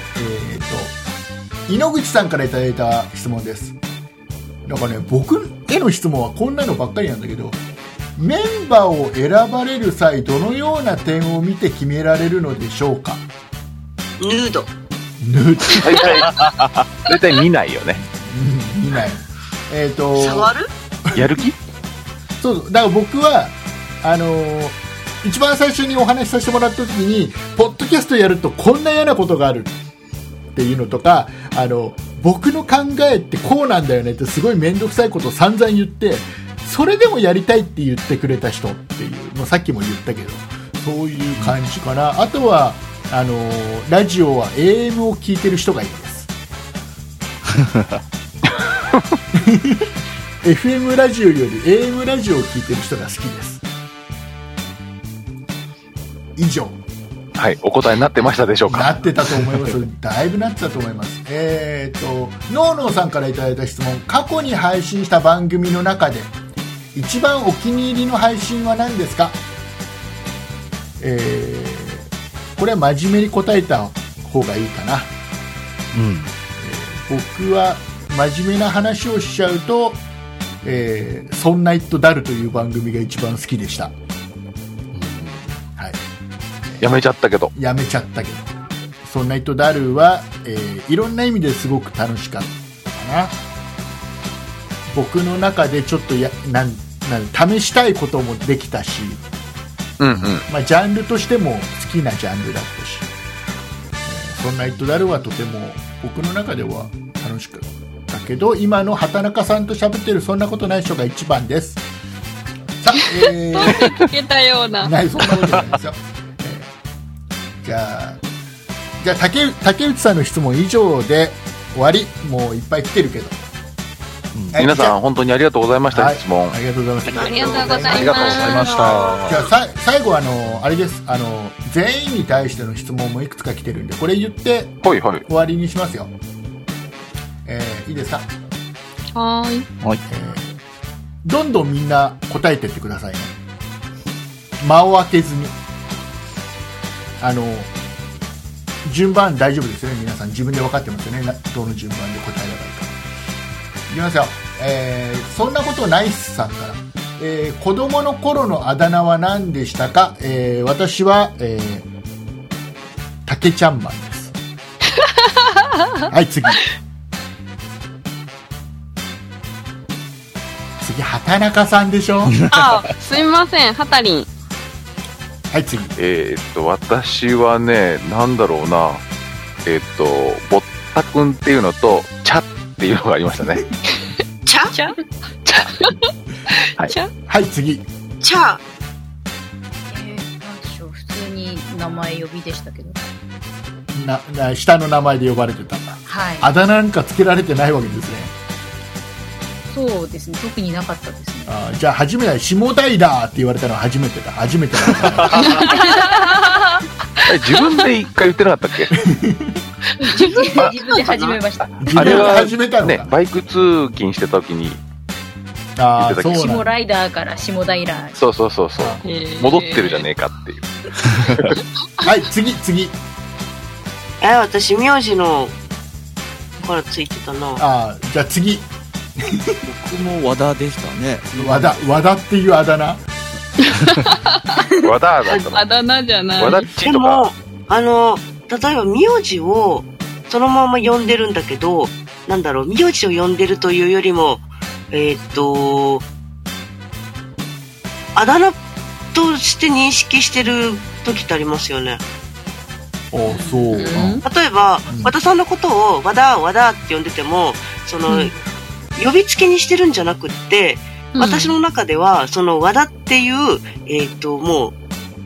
S2: えー、と井ノ口さんからいただいた質問ですなんかね僕への質問はこんなのばっかりなんだけどメンバーを選ばれる際どのような点を見て決められるのでしょうか
S9: ヌード。
S2: ぬ
S3: あ大体大体見ないよね
S2: 見ないえっ、 と
S9: 触る
S3: やる気
S2: そうそうだから僕はあのー一番最初にお話しさせてもらった時にポッドキャストやるとこんな嫌なことがあるっていうのとかあの僕の考えってこうなんだよねってすごい面倒くさいことを散々言ってそれでもやりたいって言ってくれた人っていう、まあ、さっきも言ったけどそういう感じかなあとはあのーラジオは AM を聞いてる人がいいです FM ラジオより AM ラジオを聞いてる人が好きです以上
S3: はいお答えになってましたでしょう
S2: な
S3: か
S2: ってたと思います。だいぶなってたと思います。えっ、と、ノーノーさんからいただいた質問、過去に配信した番組の中で、一番お気に入りの配信は何ですかえーこれは真面目に答えた方がいいかな。僕は真面目な話をしちゃうと、えー、そんなイットダルという番組が一番好きでした。はい。
S3: やめちゃったけど
S2: やめちゃったけど「そんな糸だる」は、えーいろんな意味ですごく楽しかったかな僕の中でちょっとやなんなん試したいこともできたし、
S3: うんうん
S2: まあ、ジャンルとしても好きなジャンルだったし「えーそんな糸だる」はとても僕の中では楽しかったけど今の畑中さんと喋ってる「そんなことない人」が一番ですさあ、えー
S1: つけたよう な。
S2: ないそんなことないですよ、 えーじゃあじゃあ竹内竹内さんの質問以上で終わりもういっぱい来てるけど、はい
S3: 皆
S2: じゃ
S3: さん本当にありがとうございまし
S2: は
S3: た
S2: い
S3: 質問
S2: あありがとうございました
S1: ありがとうございます。
S3: ありがとうございまし
S2: じ
S3: た
S2: ゃあさ最後あのあれですあの全員に対しての質問もいくつか来てるんでこれ言って
S3: ほいほい
S2: 終わりにしますよえーいいですか、
S1: はーい。
S2: えーどんどんみんな答えてってくださいね間を空けずにあの順番大丈夫ですよね皆さん自分で分かってますよねなどの順番で答えればいいかいきますよ、えーそんなことないっすさんから、えー子供の頃のあだ名は何でしたか、えー私は、えー、竹ちゃんマンですはい次次畑中さんでしょは
S1: あー、すみません、ハタリン。
S2: い次
S3: えーっと私はねなんだろうなえーっとぼったくんっていうのとちゃっていうのがありましたね
S9: ちゃ
S1: ちゃ
S3: はい
S1: ちゃ
S2: はい次
S9: ちゃ
S6: えー、なんでしょう、普通に名前呼びでしたけど。
S2: なな下の名前で呼ばれてたんだ
S6: はい。
S2: あだ名なんかつけられてないわけですね
S6: そうですね、特になかったですね。
S2: あーじゃあ初めて下平って言われたのは初めてだ初めてだ
S3: あれ自分で一回言ってなかったっけ
S6: 自分で自分で始めました。
S2: 自分
S3: あれ
S2: で
S3: は
S2: 始めたの
S3: ね
S2: か、
S3: バイク通勤してた時に、
S2: ああ
S3: 言
S2: そうなん
S6: 下
S2: だ
S6: ライダーから下平。
S3: そうそうそうそう、戻ってるじゃねえかっていう。
S2: はい次次
S4: え、私、名字の、からついてたな。
S2: あーじゃあ次
S5: 僕も和田でしたね。
S2: 和田和田っていうあだ名
S3: 和田だったの。
S1: あだ名じゃない。
S3: 和田っち
S4: で
S3: とか
S4: も、あの、例えば名字をそのまま呼んでるんだけど、なんだろう、名字を呼んでるというよりも、えーっと、あだ名として認識してる時ってありますよね。
S2: おーそう
S8: うん
S4: 例えば、
S2: うん
S4: 和田さんのことを和田、和田って呼んでても、その、
S8: うん
S4: 呼びつけにしてるんじゃなくって、私の中では、その和田っていう、えーっと、もう、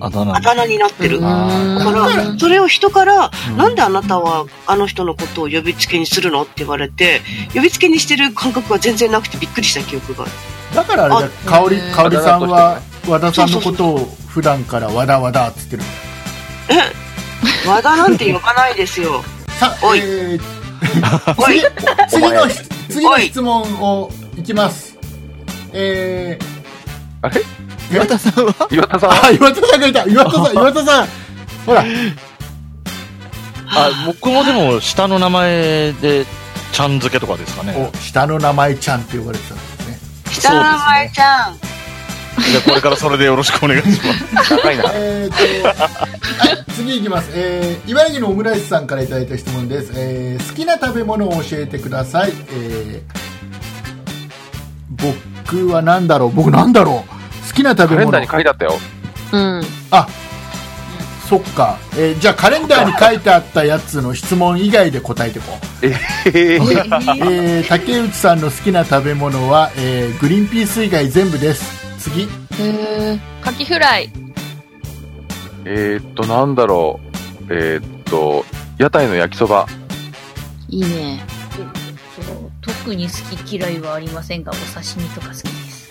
S7: あだ
S4: あ
S7: 名。
S4: だ名になってる。
S8: うん
S4: だ
S2: あー
S4: か
S8: う
S4: ら、
S8: ん
S4: それを人から、
S2: うん
S4: なんであなたはあの人のことを呼びつけにするのって言われて、呼びつけにしてる感覚が全然なくてびっくりした記憶がある。
S2: だからあれだ
S8: あ
S2: 香織
S8: うん
S2: 香織さんは和田さんのことを普段から和田和田って言ってる
S4: 和田なんて呼ばないですよ。
S2: さ
S4: おい
S2: えー
S4: おい、
S2: 次
S3: お
S2: の
S3: 前
S2: 次の質問をいきますえー
S3: あれ
S2: え
S5: 和田さんは
S3: 岩田さんは
S2: あ岩田さんがいた岩田 さん岩田さんほら
S7: あ、僕もでも下の名前で、ちゃん付けとかですかね。
S2: お下の名前ちゃんって呼ばれてたんですね
S4: 下の名前ちゃん。
S7: じゃあこれからそれでよろしくお願いします。
S3: 長いな。
S2: えーと はい次いきます、えー、茨城のオムライスさんからいただいた質問です、えー好きな食べ物を教えてください、えー僕は何だろう僕何だろう好きな
S3: カ
S2: 食べ
S3: レンダ
S2: 物
S3: ーに書いてあったよ。
S8: うん。
S2: そっか、えーじゃあカレンダーに書いてあったやつの質問以外で答えてこう、
S3: えー
S2: えー竹内さんの好きな食べ物は、えーグリーンピース以外全部です次
S8: へー
S1: カキフライ。
S3: えーっと、なんだろう。えーっと、屋台の焼きそば。
S8: いいね。
S6: そう特に好き嫌いはありませんが、お刺身とか好きです。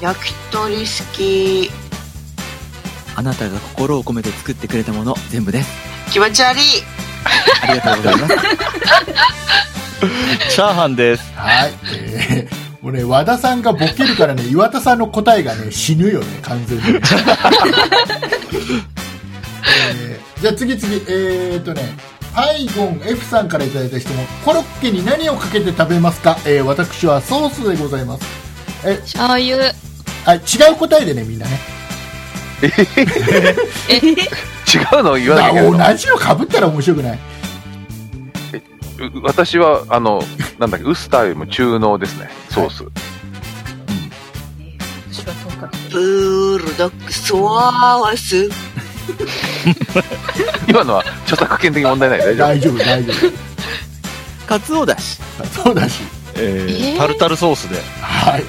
S4: 焼き鳥好き。
S5: あなたが心を込めて作ってくれたもの全部です。
S4: 気持ち悪い。
S5: ありがとうございます。
S7: チャーハンです。
S2: はい、えー、もうね和田さんがボケるからね岩田さんの答えがね死ぬよね完全に、えーじゃあ次次えー、っとねパイゴン F さんからいただいた質問コロッケに何をかけて食べますか、えー私はソースでございます
S8: 醤油。
S2: あ違う答えでねみんなね
S3: 違うの言わなきゃいけないの
S2: あ同じのかぶったら面白くないう
S3: 私は、あの、なんだっけ、ウスターよりも中濃ですね、ソース。
S6: ね私はとんかつです。
S4: ブールドックソワース。
S3: 今のは著作権的問題ない。大丈夫。
S2: 大丈夫大丈夫
S5: カツオだし。
S2: そうだし
S7: え
S8: え
S7: ー、
S8: ー
S7: タルタルソースで。
S2: はい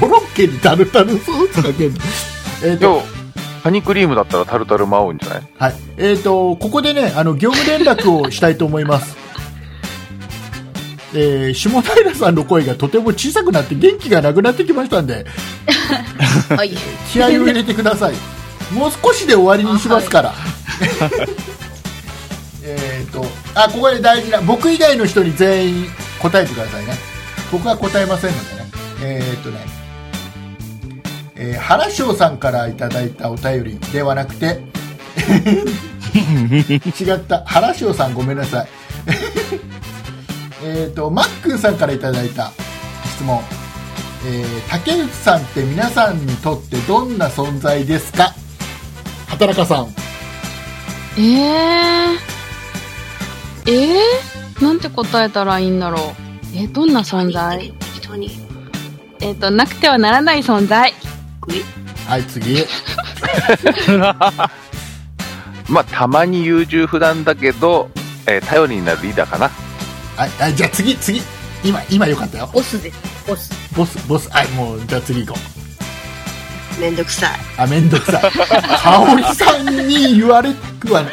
S2: コロッケにタルタルソースかけるの えーっと
S3: 今日、カニクリームだったらタルタルも合うんじゃない
S2: はい。えっ、と、ここでね、あの、業務連絡をしたいと思います。えー、下平さんの声がとても小さくなって元気がなくなってきましたんで、
S6: はい。
S2: 気合を入れてください。もう少しで終わりにしますから。えっと、あ、ここで大事な、僕以外の人に全員答えてくださいね。僕は答えませんのでね。えっ、とね、えー原翔さんからいただいたお便りではなくて、違った原塩さんごめんなさいえっとマックンさんからいただいた質問、えー竹内さんって皆さんにとってどんな存在ですか畑中さん
S8: えー。えー、なんて答えたらいいんだろう。えーどんな存在
S4: 適当に。
S8: えっ、と、なくてはならない存在。
S2: はい次
S3: まあ、たまに優柔不断だけど、えー頼りになるリーダー かな。
S2: はいあじゃあ次次今今よかったよ
S6: オスです。オス。
S2: ボスボスはいもうじゃあ次行こう
S4: めんどくさい。
S2: あめんどくさい香織さんに言われくはない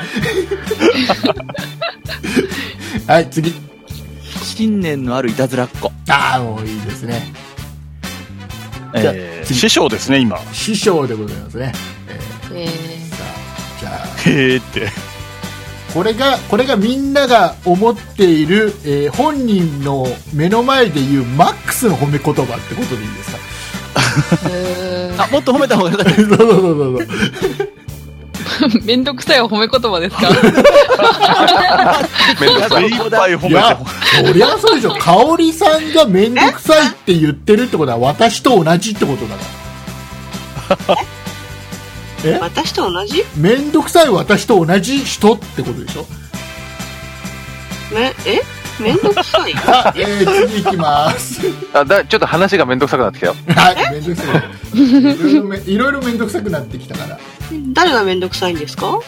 S2: はい次
S5: 信念のあるいたずらっ子。
S2: ああもういいですねじゃあ
S7: えー
S2: 次
S7: 師匠ですね、今。
S2: 師匠でございますね。え
S8: えー
S2: ーさあじゃあ
S7: へえって。
S2: これがこれがみんなが思っている、えー本人の目の前で言うマックスの褒め言葉ってことでいいですか
S8: え
S5: あ、もっと褒めた方がいい。
S2: そうそうそうそう
S8: ー、 めんどくさいお褒め言葉 ですか
S3: めんどくさ
S7: 目
S3: い。
S7: いっぱい褒め
S2: い
S7: て
S2: やそりゃそうでしょ香織さんが面倒くさいって言ってるってことは私と同じってことだから
S4: 私と同じ
S2: 面倒くさい私と同じ人ってことでしょ
S4: めえめんどくさい
S2: あ、えー、次行きます
S3: あだちょっと話がめんどくさくなってきたよ。
S2: はい面倒くさいいろいろめいろいろ面倒くさくなってきたから
S4: 誰がめんどくさいんですか
S2: は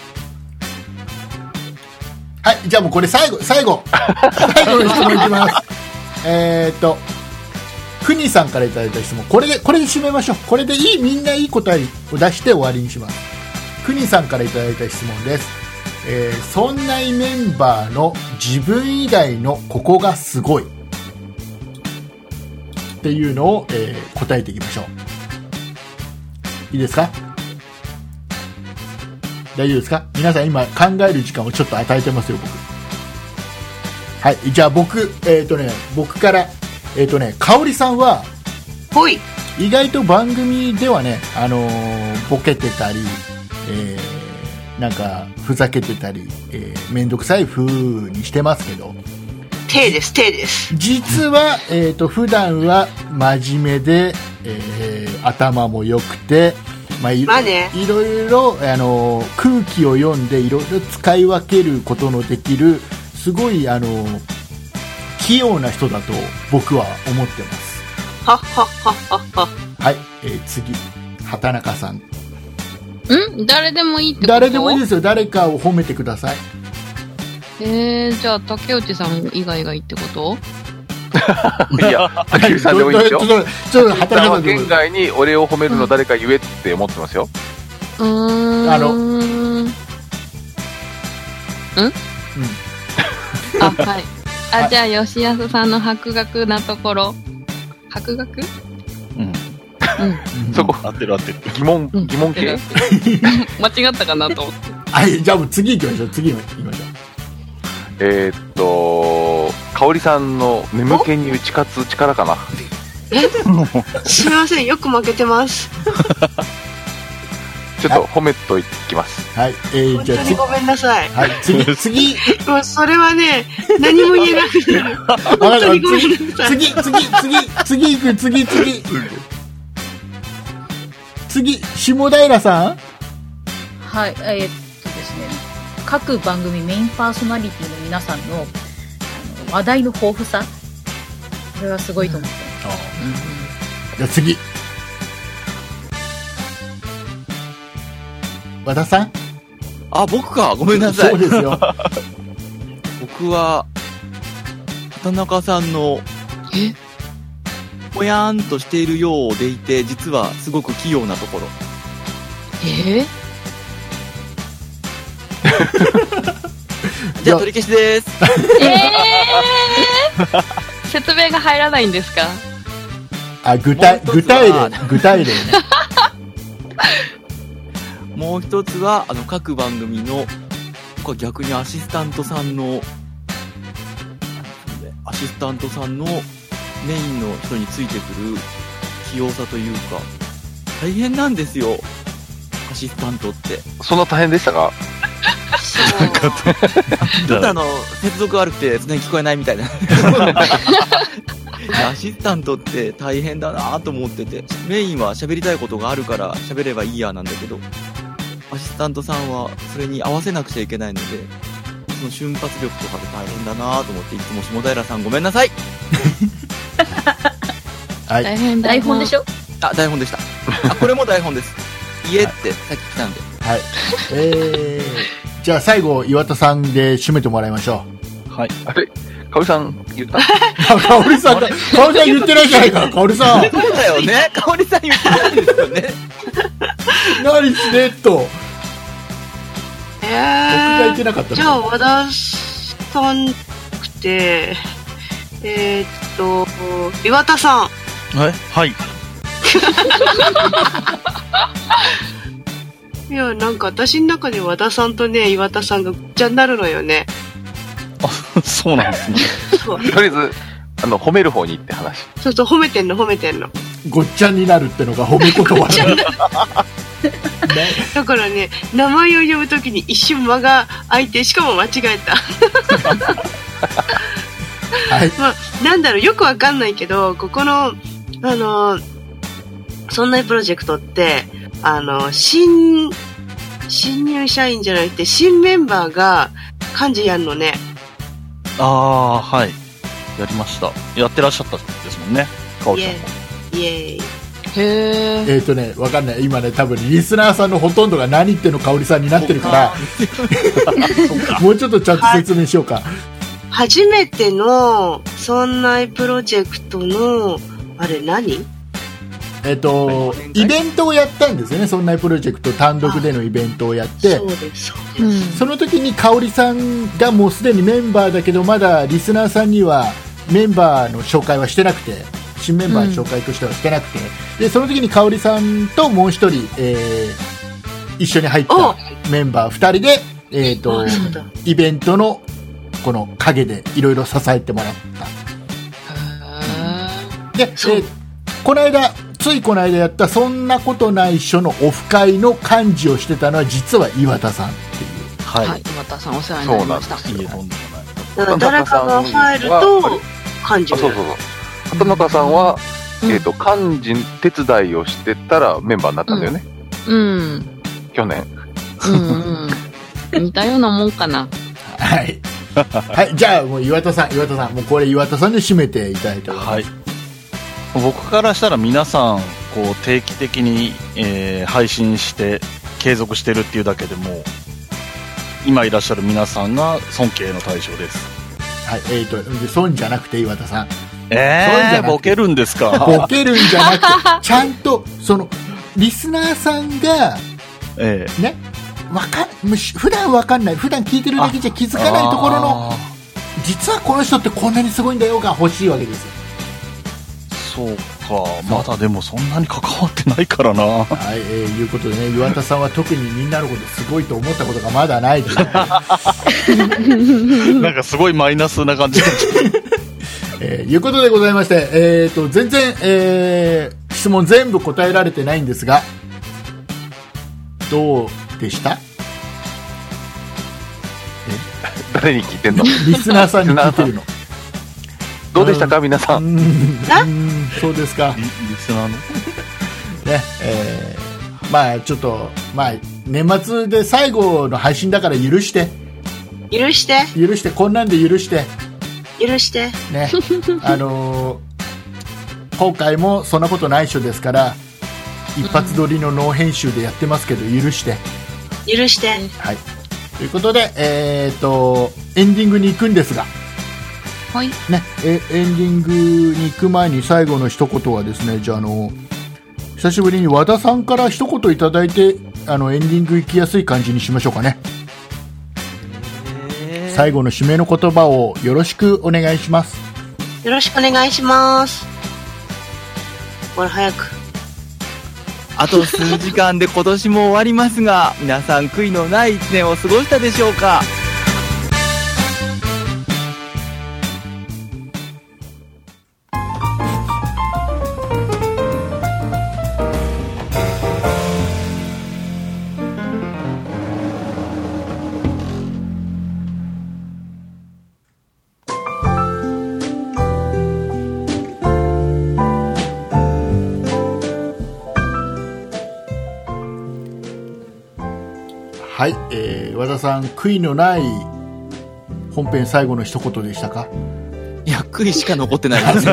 S2: い、じゃあもうこれ最後、最後。最後の質問いきます。えーっと、くにさんからいただいた質問。これで、これで締めましょう。これでいい、みんないい答えを出して終わりにします。くにさんからいただいた質問です。えー、そんないメンバーの自分以外のここがすごい。っていうのを、えー答えていきましょう。いいですか大丈夫ですか皆さん今考える時間をちょっと与えてますよ僕はいじゃあ僕えっ、とね僕からえっ、とね香織さんは
S4: ほい
S2: 意外と番組ではねあのーボケてたり、えーなんかふざけてたり、えー、めんどくさい風にしてますけど
S4: 手です手です
S2: 実は、えー、と普段は真面目で、えー頭も良くて、まあいろ
S4: まあね
S2: いろいろ、あのー空気を読んでいろいろ使い分けることのできるすごい、あのー器用な人だと僕は思ってます
S4: はっはっはっはっは
S2: はい、えー次畑中さん
S8: ん誰でもいいってこと
S2: 誰でもいいですよ誰かを褒めてください
S8: えー、じゃあ竹内さん以外がいいってこと
S3: いや、竹内さんでもいいですよ
S2: ちょ。っとちょっと畑中
S3: さん
S2: さ
S3: は
S2: んでもいい
S3: 県
S2: です
S3: 外に俺を褒めるの誰か言えって思ってますよ。
S8: うーん
S2: あの
S8: うん あはい
S2: は
S8: あ
S2: い
S8: じゃあ吉安さんの博学なところ博学
S7: うん。
S2: うん
S3: そこ、
S7: 合ってる合ってる。
S3: 疑問、
S8: うん
S3: 疑問系
S8: 間違ったかなと思って
S2: はいじゃあもう次行きましょう次行きましょう
S3: えーっと、香織さんの眠気に打ち勝つ力かな。
S4: すみませんよく負けてます
S3: ちょっと褒めといきます。
S2: はい、えー
S4: 本
S2: じ
S4: 当
S2: ゃあ
S4: に
S2: 次
S4: ごめんなさい
S2: はい、 次、次、
S4: もうそれはね何も言えなくて
S2: わか
S4: 本当
S2: る
S4: にごめんなさい
S2: 次、次、次、次、次行く、次、次。次、下平さん
S6: はい、えーっとですね、各番組メインパーソナリティの皆さんのあの話題の豊富さ、これはすごいと思ってます。
S2: じゃあ次。和田さん
S5: あ、僕か。ごめんなさい
S2: そう。ですよ。
S5: 僕は、畑中さんの、ぽやんとしているようでいて、実はすごく器用なところ。
S8: えー、
S5: じゃあ取り消しです。
S8: 説明が入らないんですか
S2: あ、具体、
S5: もう一
S2: 具
S5: つは
S2: 体例、具体例ね。
S5: もう一つは、あの、各番組の、僕は逆にアシスタントさんの、アシスタントさんのメインの人についてくる器用さというか、大変なんですよ。アシスタントって。
S3: そんな大変でしたか
S5: ちょっとあの、接続悪くて、常に聞こえないみたい な。アシスタントって大変だなと思ってて、メインは喋りたいことがあるから喋ればいいやなんだけど、アシスタントさんはそれに合わせなくちゃいけないので、その瞬発力とかで大変だなと思って、いつも下平さんごめんなさい
S2: はい。
S8: 大変だな
S6: 台本でしょ
S5: あ、台本でした。あ、これも台本です。家ってさっき来たんで。
S2: はい。えー、じゃあ最後、岩田さんで締めてもらいましょう。
S7: はい。
S3: あれ香織さん言 った
S2: あ、かおりさんだ。かおりさん言ってないじゃないか。かおりさん。
S5: そうだよ ね。かおりさん言ってないんですよね。
S2: 何してっと。
S4: え
S2: 僕が
S4: ー
S2: 言ってなかったの
S4: じゃあ、和田さんくて、えーっと、岩田さん。
S7: はい。はい。
S4: いや、なんか私の中で和田さんとね、岩田さんがごっちゃになるのよね。
S7: そうなんですね。
S4: そう。
S3: とりあえず、あの、褒める方に行って話。
S4: そうそう、褒めてんの、褒めてんの。
S2: ごっちゃになるってのが褒め言葉だね。
S4: だからね、名前を呼ぶときに一瞬間が空いて、しかも間違えた。
S2: はい。
S4: なんだろう、よくわかんないけど、ここの、あの、そんなプロジェクトって、あの、新、新入社員じゃなくて、新メンバーが漢字やんのね。
S7: ああ、はい。やりました。やってらっしゃったですもんね。かお
S4: イ
S7: ちゃ
S4: エ
S7: んも。
S4: ーイ。イエーイ。
S8: へえ。
S2: えっ、とね、わかんない。今ね、多分リスナーさんのほとんどが何 言ってんの香りさんになってるから、もうちょっとちゃんと説明しようか。
S4: 初めての、そんなプロジェクトの、あれ何
S2: えっ、と、イベントをやったんですよね。そんなプロジェクト単独でのイベントをやって
S4: そ、うです、そうです。
S8: うん。
S2: その時に香織さんがもうすでにメンバーだけどまだリスナーさんにはメンバーの紹介はしてなくて新メンバーの紹介としてはしてなくて、でその時に香織さんともう一人、えー一緒に入っ
S4: お
S2: たメンバー2人で、えー、と
S4: あそうだ
S2: イベントのこの陰でいろいろ支えてもらったで、え
S4: そう
S2: ーこの間ついこの間やった「そんなことないっしょ」のオフ会の幹事をしてたのは実は岩田さんっていう。
S7: はい。
S8: はい、岩田さんお世話になりました。
S7: いえ、とんでもない。
S4: だから誰かが入ると
S3: あれ、
S4: 漢字
S3: あそうそうそう。畑中さんは、えっ、と、肝心手伝いをしてたらメンバーになったんだよね。
S8: うん。
S3: 去年。
S8: うんうん。似たようなもんかな。
S2: はい。はい、じゃあもう岩田さん、岩田さん、もうこれ岩田さんで締めていただいております。
S7: はい。僕からしたら皆さん、こう、定期的に、えー配信して、継続してるっていうだけでもう、今いらっしゃる皆さんが尊敬の対象です。
S2: はい、えっ、ー、と、で損じゃなくて岩田さん。そうじ
S7: え
S2: ゃな
S7: ー、
S2: くて
S7: ボケるんです
S2: ボ
S7: か
S2: ケるんじゃなくて、 ちゃんと、その、リスナーさんが、
S7: ええ
S2: ね、わかん、むし普段わかんない、普段聞いてるだけじゃ気づかないところの、
S7: あ
S2: 実はこの人ってこんなにすごいんだよが欲しいわけですよ。
S7: ーそうか、まだでもそんなに関わってないからな。
S2: はい、えー、いうことでね、岩田さんは特にみんなのことすごいと思ったことがまだないです、
S7: なんかすごいマイナスな感じが。
S2: えーいうことでございまして、えー、と全然、えー質問全部答えられてないんですがどうでした
S3: 誰に聞いてんの
S2: リスナーさんに聞いてるの
S3: どうでしたか、皆さ。
S2: うんんうんそうですか、
S7: リ
S2: ね
S7: リスナーの
S2: えーまあちょっと、まあ、年末で最後の配信だから許して
S4: 許して、
S2: 許してこんなんで許して、
S4: 許して。
S2: ねあのー今回もそんなことないっしょですから一発撮りのノー編集でやってますけど許して。
S4: 許して。
S2: はい、ということで、えー、とエンディングに行くんですが、
S1: はい
S2: ね、えエンディングに行く前に最後の一言はですねじゃああの久しぶりに和田さんから一言いただいてあのエンディング行きやすい感じにしましょうかね最後の締めの言葉をよろしくお願いします
S4: よろしくお願いします。ほら、早く。
S5: あと数時間で今年も終わりますが、皆さん悔いのない一年を過ごしたでしょうか
S2: はい、えー和田さん悔いのない本編最後の一言でしたか
S5: いや、悔いしか残ってないです。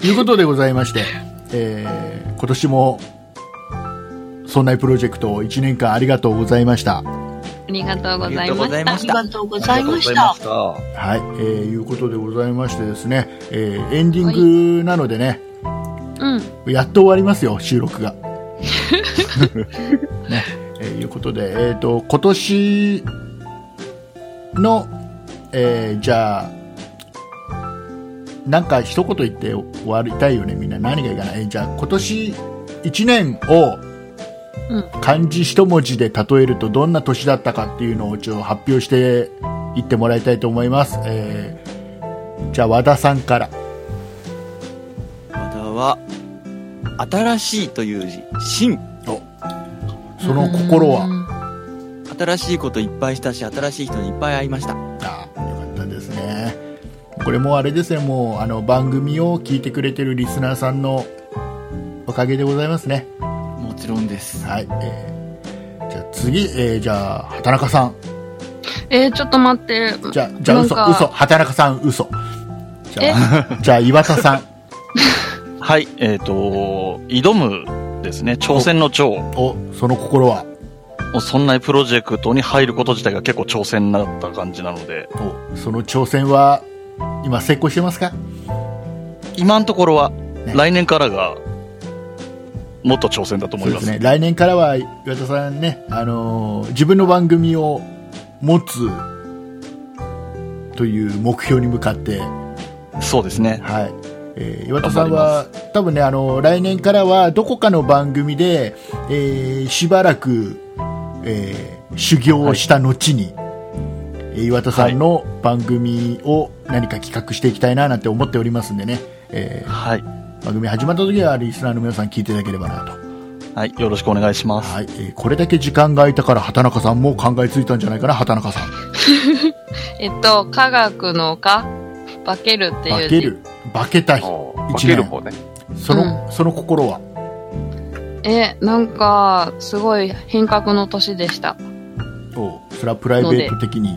S2: ということでございまして、えー今年も、そんなプロジェクト1年間ありがとうございました。は
S8: ありがとうございま
S5: ありがとうござ
S8: し
S5: い
S8: た
S5: ま
S4: あり
S5: し
S4: が
S5: た
S4: とうございまし
S5: ありがと
S4: た
S5: う。ございまし
S2: い、えーいうことでございましてですね、えーエンディングなのでね、
S8: うん。
S2: やっと終わりますよ、収録が。ね、えーいうことで、えっ、と、今年の、えーじゃあ、なんか一言言って終わりたいよねみんな何がいいかなえじゃあ今年1年を
S8: うん
S2: 漢字一文字で例えるとどんな年だったかっていうのを一応発表していってもらいたいと思います、えーじゃあ和田さんから
S5: 和田は、新しいという字、新。
S2: その心は
S5: 新しいこといっぱいしたし、新しい人にいっぱい会いました。
S2: あよかったですねこれもうあれですねもうあの番組を聞いてくれてるリスナーさんのおかげでございますね
S5: もちろんです。
S2: はい、えーじゃあ次、えーじゃあ畑中さん
S8: えー、ちょっと待って。
S2: じゃあじゃあ嘘
S8: なんか
S2: 嘘畑中さん嘘じゃあ じゃあ岩田さん
S7: はい、えっ、と、挑むですね、挑戦の挑。
S2: おその心は
S7: そんなプロジェクトに入ること自体が結構挑戦だった感じなので、
S2: おその挑戦は今成功してますか
S7: 今のところは、来年からが、もっと挑戦だと思
S2: そうで
S7: いますす。
S2: ね来年からは岩田さんね、あのー自分の番組を持つという目標に向かって、
S7: そうですね。
S2: はいえー岩田さんは多分ね、あのー来年からはどこかの番組で、えーしばらく、えー修行をした後に、えー岩田さんの番組を何か企画していきたいななんて思っておりますんでね、え
S7: はい。
S2: ー番組始まった時はリスナーの皆さん聞いていただければなと
S7: はい、よろしくお願いします。
S2: はい、えーこれだけ時間が空いたから畑中さんも考えついたんじゃないかな畑中さん
S8: えっと、科学の科、化けるって
S2: 化
S8: いう
S2: け
S8: 字。
S2: る化けた日
S3: お
S2: 一年
S3: ー化ける方ね。
S2: その,、その心は
S8: え、なんか、すごい変革の年でした。
S2: おうそれはプライベート的に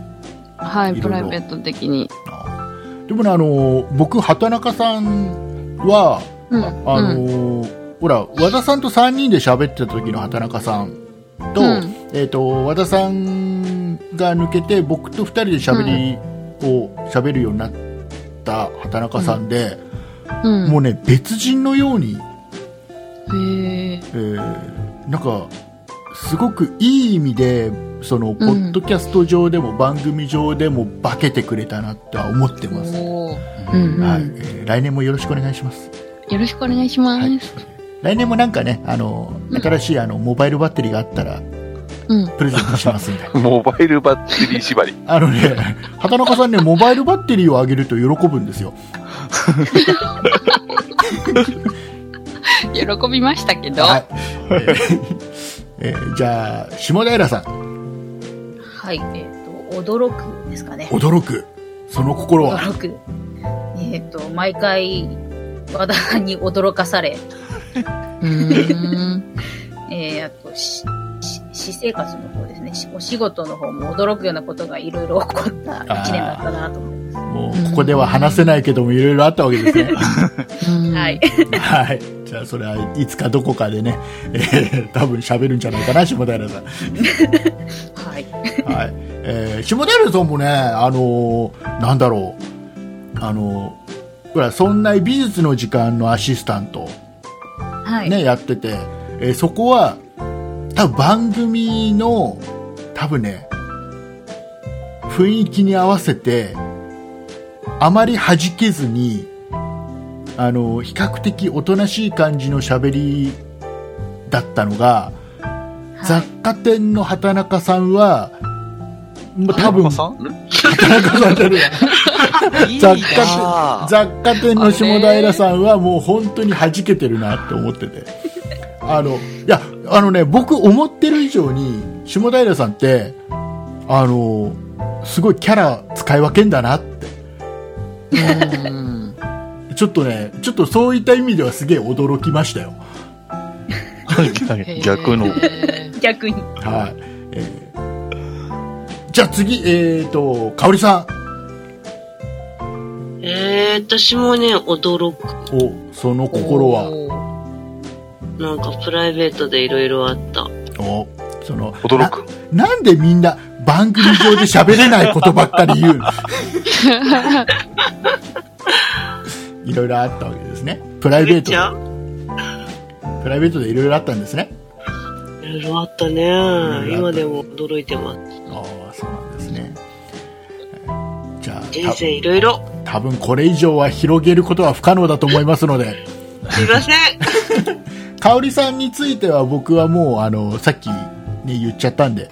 S8: はい、
S2: いろい
S8: プ
S2: ろ
S8: ライベート的に。
S2: あーでもねあのー僕畑中さんは
S8: うん。
S2: あのーほら和田さんと3人で喋ってた時の畑中さんと,、
S8: うん
S2: えー、と和田さんが抜けて僕と2人で喋りを喋るようになった畑中さんで、
S8: うん。
S2: もうね別人のように
S8: へえ。
S2: えーなんかすごくいい意味でそのポッドキャスト上でも番組上でも化けてくれたなとは思ってます、
S8: おーうんうん
S2: はいえー来年もよろしくお願いします
S8: よろしくお願いします。
S2: はい来年もなんかねあの新しいあのモバイルバッテリーがあったら
S8: うん
S2: プレゼントします んで、
S3: モバイルバッテリー縛り。
S2: あのね畑中さんねモバイルバッテリーをあげると喜ぶんですよ
S8: 喜びましたけど。
S2: はい、えーえーじゃあ下平さん
S6: はい、えっ、と、驚くですかね。
S2: 驚くその心は
S6: 驚く。えっ、と、毎回、和田さんに驚かされ、
S8: うーん。
S6: えー、あとし、し私生活の方ですね。しお仕事の方も驚くようなことがいろいろ起こった一年だったなと思いま
S2: もうここでは話せないけどもいろいろあったわけです ね
S8: うん
S6: す。はい。。
S2: はい。じゃあ、それはいつかどこかでね、えー、多分喋るんじゃないかな、下平さん。
S6: はい。
S2: はい。えー、下平さんもね、あのーなんだろう、あのーほら、そんな美術の時間のアシスタント、
S6: はい。
S2: ね、やってて、えーそこは、多分番組の、多分ね、雰囲気に合わせて、あまり弾けずに、あの、比較的おとなしい感じの喋りだったのが、雑貨店の畑中さんは、もう多分、
S7: さ
S2: 畑
S7: ん
S2: 中さんじゃねえや
S5: い い
S2: 雑貨
S5: な
S2: 雑貨店の下平さんはもう本当に弾けてるなって思って て。あの、いや、あのね、僕思ってる以上に、下平さんって、あの、すごいキャラ使い分けんだなって。 ちょっとね、ちょっとそういった意味ではすげえ驚きましたよ。
S8: へー
S7: 逆の。
S6: 逆に。
S2: はい。えーじゃあ次、えっ、と、かおりさ
S9: えー、私もね、驚く。
S2: ん。お、その心は、
S8: は。
S9: なんかプライベートでいろいろあった。
S2: お、その、
S3: 驚く。
S2: ななんでみんな番組上で喋れないことばっかり言う のいろいろあったわけですね。プライベート
S9: ちゃ
S2: で。
S9: ん
S2: プライベートでいろいろあったんですね。
S9: いろいろあったね
S2: いろいろあった。
S9: 今でも驚いてます。
S2: ああ、そうなんですね。じゃあ、
S9: 人生いろいろ。
S2: 多分これ以上は広げることは不可能だと思いますので、
S4: すい ません。
S2: 香織さんについては僕はもう、あの、さっき、ね、言っちゃったんで、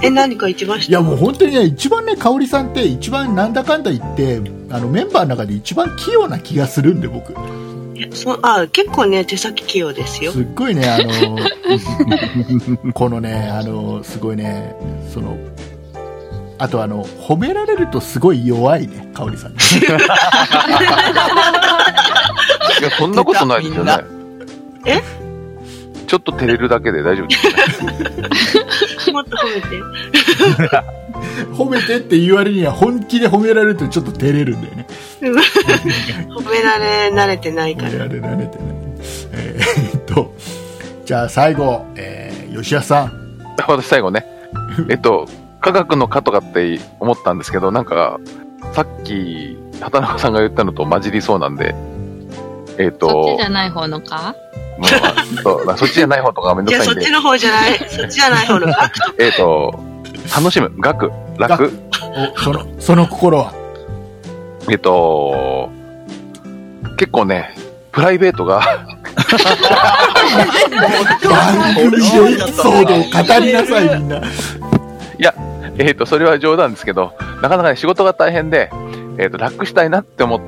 S4: え、何か言ってまし
S2: い
S4: た
S2: やもう本当にね、一番ね、香織さんって、一番なんだかんだ言って、あのメンバーの中で一番器用な気がするんで、僕、
S4: そうあ結構ね、手先器用ですよ。
S2: すっごいね、あの このね、あのすごいね、そのあとあの、褒められるとすごい弱いね、香織さんね。
S3: いや、そんなことないですよね。
S4: え
S3: ちょっと照れるだけで大丈夫ですよね。
S4: もっと褒め
S2: 褒め
S4: て。
S2: てって言われには本気で褒められるとちょっと照れるんだよね。
S4: 褒められ慣れてないか
S2: 褒
S4: ら。
S2: められられてね。えーえっと、じゃあ最後、えー吉谷さん。
S3: 私最後ね、えっと、科学の科とかって思ったんですけど、なんか、さっき、畑中さんが言ったのと混じりそうなんで、えっ
S8: そっ
S3: と
S8: ちじ、ゃない方のか
S3: まあそうまあそっちじゃない方とかめんど
S4: じゃ
S3: く
S4: あ
S3: さ
S4: そ
S3: いん
S4: っ
S3: で
S4: ち、の方じゃない、そっちじゃない方の学徒。
S3: えっと、楽しむ、学、楽、
S2: おその、その心は。
S3: えっと、結構ね、プライベートが、
S2: 番組でエピソードを語りなさい、みんな。
S3: えっと、それは冗談ですけど、なかなかね、仕事が大変で、えっと、楽したいなって思っ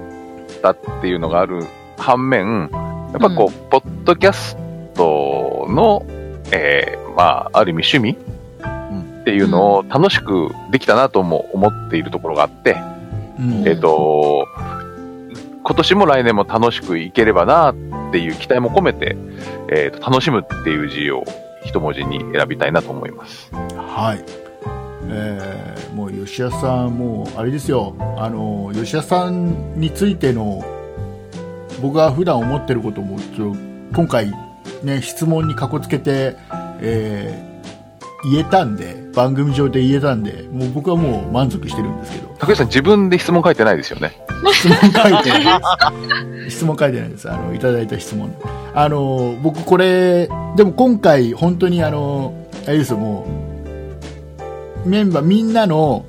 S3: たっていうのがある反面、やっぱこう、ポッドキャストの、えーまあ、ある意味趣味っていうのを楽しくできたなとも思っているところがあって、
S2: うん
S3: えっと、今年も来年も楽しくいければなっていう期待も込めて、えっと、楽しむっていう字を一文字に選びたいなと思います。
S2: はい。えーもう吉田さん、もうあれですよ、あの吉田さんについての僕が普段思ってることもちょ今回、ね、質問にかこつけて、えー言えたんで番組上で言えたんでもう僕はもう満足してるんですけど
S3: 竹内さん自分で質問書いてないですよね。
S2: 質問書いてないです質問書いてないですあのいただいた質問あの僕これでも今回本当にあのあれですよもうメンバーみんなの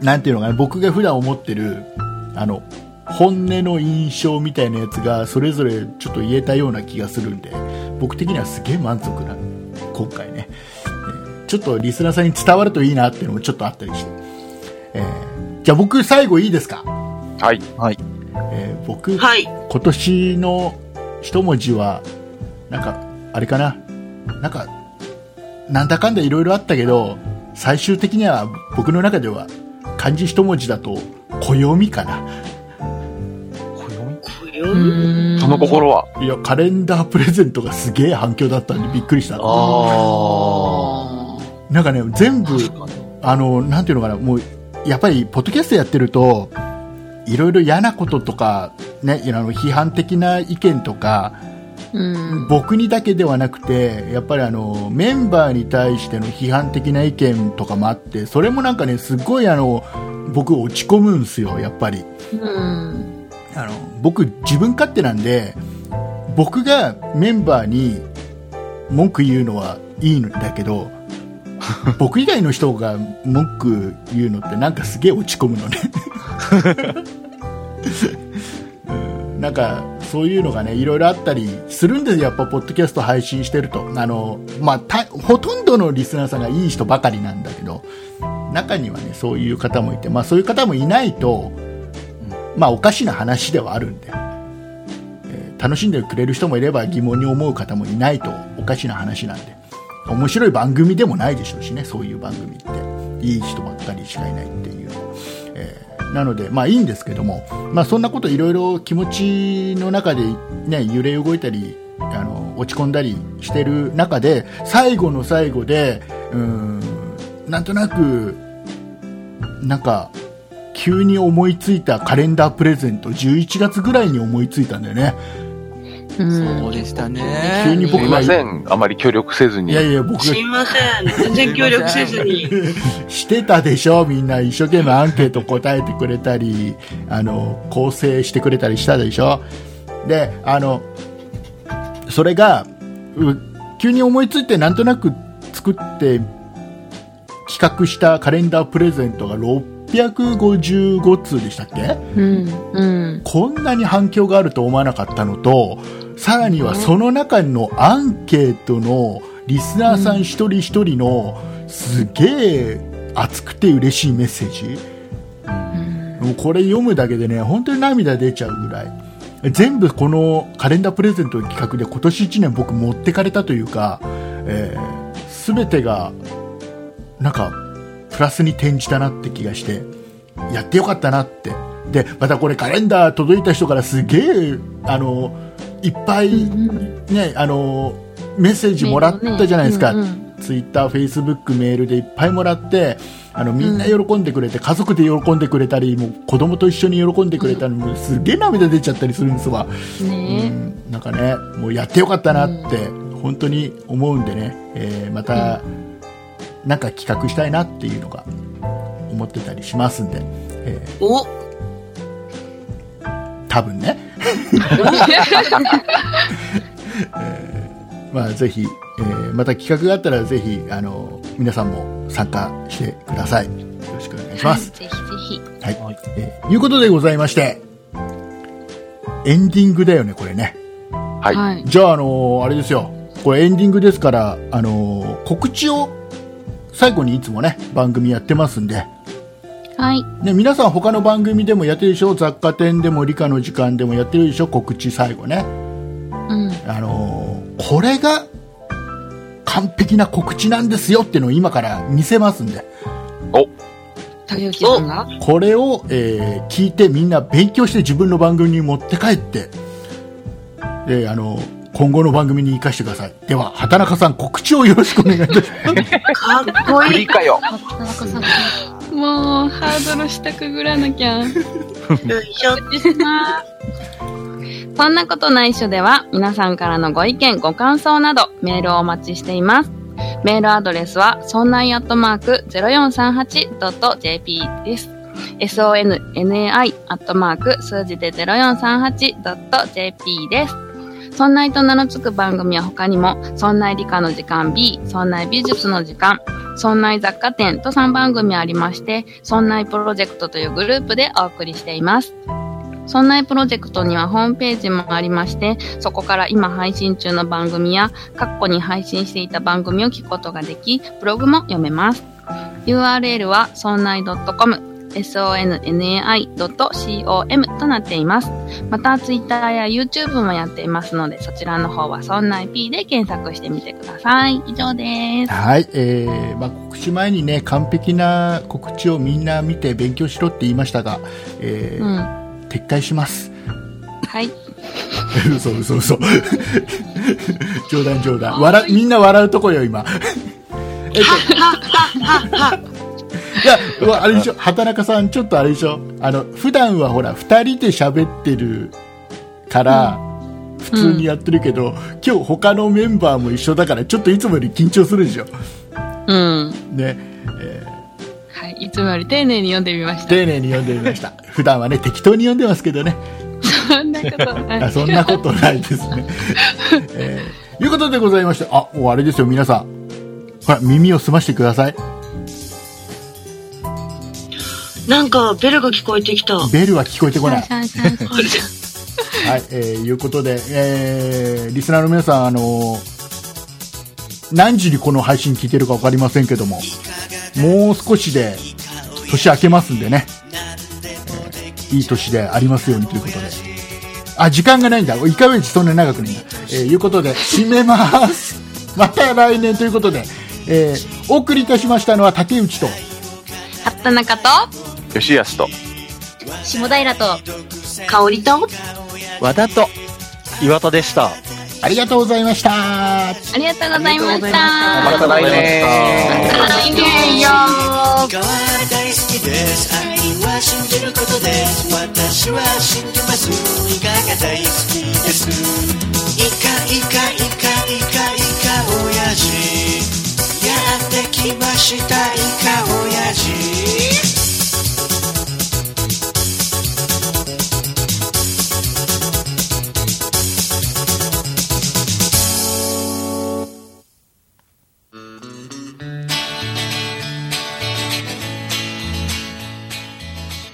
S2: なんていうのかな僕が普段思ってるあの本音の印象みたいなやつがそれぞれちょっと言えたような気がするんで僕的にはすげえ満足な今回ねえちょっとリスナーさんに伝わるといいなっていうのもちょっとあったりして、えーじゃあ僕最後いいですか
S3: はい。
S2: えー僕、
S4: はい。
S2: 今年の一文字はなんかあれかななんかなんだかんだいろいろあったけど最終的には僕の中では漢字一文字だと暦かな
S4: 暦
S3: その心はい
S2: やカレンダープレゼントがすげえ反響だったんでびっくりした
S5: あ
S2: なんかね全部
S5: か
S2: あのなんていうのかなもうやっぱりポッドキャストやってるといろいろ嫌なこととか、ね、あの批判的な意見とか
S8: うん。
S2: 僕にだけではなくてやっぱりあのメンバーに対しての批判的な意見とかもあってそれもなんかねすごいあの僕落ち込むんですよやっぱり
S8: うん。
S2: あの僕自分勝手なんで僕がメンバーに文句言うのはいいんだけど 僕以外の人が文句言うのってなんかすげえ落ち込むのねうんなんかそういうのがねいろいろあったりするんですよやっぱポッドキャスト配信してるとあの、まあ、たほとんどのリスナーさんがいい人ばかりなんだけど中にはねそういう方もいて、まあ、そういう方もいないとまあ、おかしな話ではあるんで、えー楽しんでくれる人もいれば疑問に思う方もいないとおかしな話なんで面白い番組でもないでしょうしねそういう番組っていい人ばっかりしかいないっていう、えーなのでまあいいんですけども、まあ、そんなこといろいろ気持ちの中で、ね、揺れ動いたりあの落ち込んだりしてる中で最後の最後でうーんなんとなくなんか急に思いついたカレンダープレゼント11月ぐらいに思いついたんだよね
S5: そうでしたね。
S2: 急に
S3: す
S2: 僕
S3: い
S2: が
S3: ません。あまり協力せずに。
S2: いやいや僕が
S4: すいません。全然協力せずに。
S2: してたでしょみんな一生懸命アンケート答えてくれたりあの構成してくれたりしたでしょであのそれがう急に思いついてなんとなく作って企画したカレンダープレゼントが6 855通でしたっけ
S8: うん。うん。
S2: こんなに反響があると思わなかったのとさらにはその中のアンケートのリスナーさん一人一人のすげえ熱くて嬉しいメッセージもうこれ読むだけでね本当に涙出ちゃうぐらい全部このカレンダープレゼントの企画で今年1年僕持ってかれたというか、えー、全てがなんかプラスに転じたなって気がしてやってよかったなってでまたこれカレンダー届いた人からすげえあのいっぱい、ねあのメッセージもらったじゃないですか、
S8: うんうん
S2: ツイッター、フェイスブック、メールでいっぱいもらってあのみんな喜んでくれて、家族で喜んでくれたりもう子供と一緒に喜んでくれたりもうすげえ涙出ちゃったりするんですわ、う
S8: ね
S2: んなんかねもうやってよかったなって本当に思うんでね、えーまたなんか企画したいなっていうのが思ってたりしますんで、え
S9: お
S2: ー多分ね、まあ、ぜひ、えーまた企画があったらぜひあの皆さんも参加してくださいよろしくお願いします
S8: ぜひぜひ。
S2: はい、えーいうことでございまして、エンディングだよね、これね。
S3: はい。
S8: はい。
S2: じゃあ、あのーあれですよ。これエンディングですから、あのー告知を最後にいつもね、番組やってますんで、
S8: はい。
S2: ね、皆さん他の番組でもやってるでしょ雑貨店でも理科の時間でもやってるでしょ告知最後ね。
S8: うん。
S2: あのーこれが完璧な告知なんですよっていうのを今から見せますんで。
S8: 竹内さんが
S2: これを、えー聞いてみんな勉強して自分の番組に持って帰って、えーあの今後の番組に生かしてくださいでは畑中さん告知をよろしくお願いいたし ます
S4: かっこ
S3: ク
S4: い
S3: リ
S4: い。
S3: かよ。
S6: 田中さんが
S8: もう、ハードル下くぐらなきゃ。
S9: よいしょ。
S8: そんなことないっしょでは、皆さんからのご意見、ご感想など、メールをお待ちしています。メールアドレスは、そんないアットマーク 0438.jp です。sonnai アットマーク数字で 0438.jp です。そんないと名の付く番組は他にも、そんない理科の時間 B、そんない美術の時間、そんない雑貨店と3番組ありまして、そんないプロジェクトというグループでお送りしています。そんないプロジェクトにはホームページもありまして、そこから今配信中の番組や、過去に配信していた番組を聞くことができ、ブログも読めます。URL は、そんない .com、sonnai.com となっています。また、Twitter や YouTube もやっていますので、そちらの方は、そんない P で検索してみてください。以上です。
S2: はい、えーまあ、告知前にね完璧な告知をみんな見て勉強しろって言いましたが、えー
S8: うん。
S2: 撤回します
S8: はい。
S2: 嘘嘘嘘冗談冗談笑みんな笑うとこよ今えっといや、うわあれでしょ、畑中さん、ちょっとあれでしょ、あの普段はほら、2人で喋ってるから、普通にやってるけど、今日他のメンバーも一緒だから、ちょっといつもより緊張するでしょ、
S8: うん。
S2: ね、
S8: はい。いつもより丁寧に読んでみました。
S2: 丁寧に読んでみました、普段はね、適当に読んでますけどね、
S8: そんなことない。
S2: あそんなことないですね。えーいうことでございまして、あもうあれですよ、皆さん、ほら、耳を澄ましてください、
S9: なんか、ベルが聞こえてきた。
S2: ベルは聞こえてこない。
S8: シャンシャンシャン
S2: はい、えー、いうことで、えー、リスナーの皆さん、あのー何時にこの配信聞いてるか分かりませんけども、もう少しで年明けますんでね、えーいい年でありますようにということで。あ、時間がないんだ。1回目そんなに長くないんだ。えーいうことで、締めます。 また来年ということで、えーお送りいたしましたのは竹内と、
S8: 畑中と、
S3: 吉安と。
S6: 下平と
S9: 香りと、
S5: 和田と
S7: 岩田でした。
S2: ありがとうございました。
S8: ありがとうございました。
S3: また来年。
S8: 来年よ
S10: 変わら大好きです愛は信じることです私は信じますイカが大好きですイカイカイカイカイカ親父やってきましたイカ親父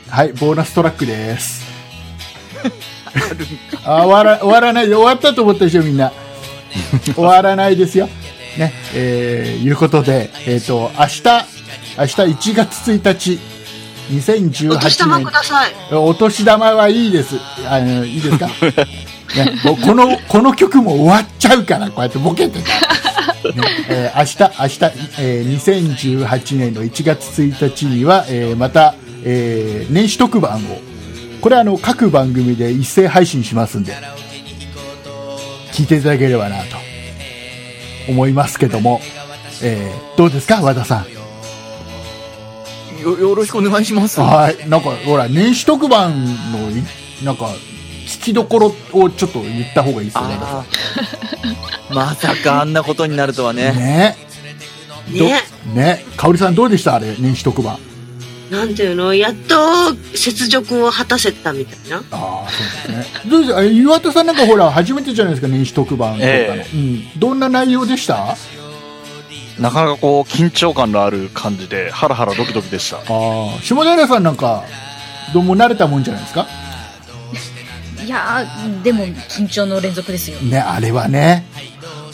S2: はい、ボーナストラックです。あ終わら終わらないで終わったと思ったでしょ、みんな。終わらないですよ。ね、えー、いうことで、えっ、と、明日、明日1月1日、2018年。
S4: お年玉ください。
S2: お年玉はいいです。あの、いいですかね、もうこの、この曲も終わっちゃうから、こうやってボケてた。ねえー明日、明日、えー2018年の1月1日には、えーまた、えー年始特番を、これあの、各番組で一斉配信しますんで、聞いていただければなと、思いますけども、えーどうですか和田さん。
S5: よ、よろしくお願いします。
S2: はい、なんかほら年始特番のいなんか聞きどころをちょっと言った方がいいですよね。
S5: あーまさかあんなことになるとはね。
S2: ねど
S9: ね
S2: ね、かおりさんどうでしたあれ年始特番。
S9: なんていうのやっと雪辱を果たせたみたいな
S2: ああそうですね。どうですあれ岩田さんなんかほら初めてじゃないですか年始特番とかの、
S7: え
S2: うん。どんな内容でした？あ
S7: なかなかこう緊張感のある感じでハラハラドキドキでした
S2: あ下平さんなんかどうも慣れたもんじゃないですか。
S6: いやー、でも緊張の連続ですよ。
S2: ねあれはね。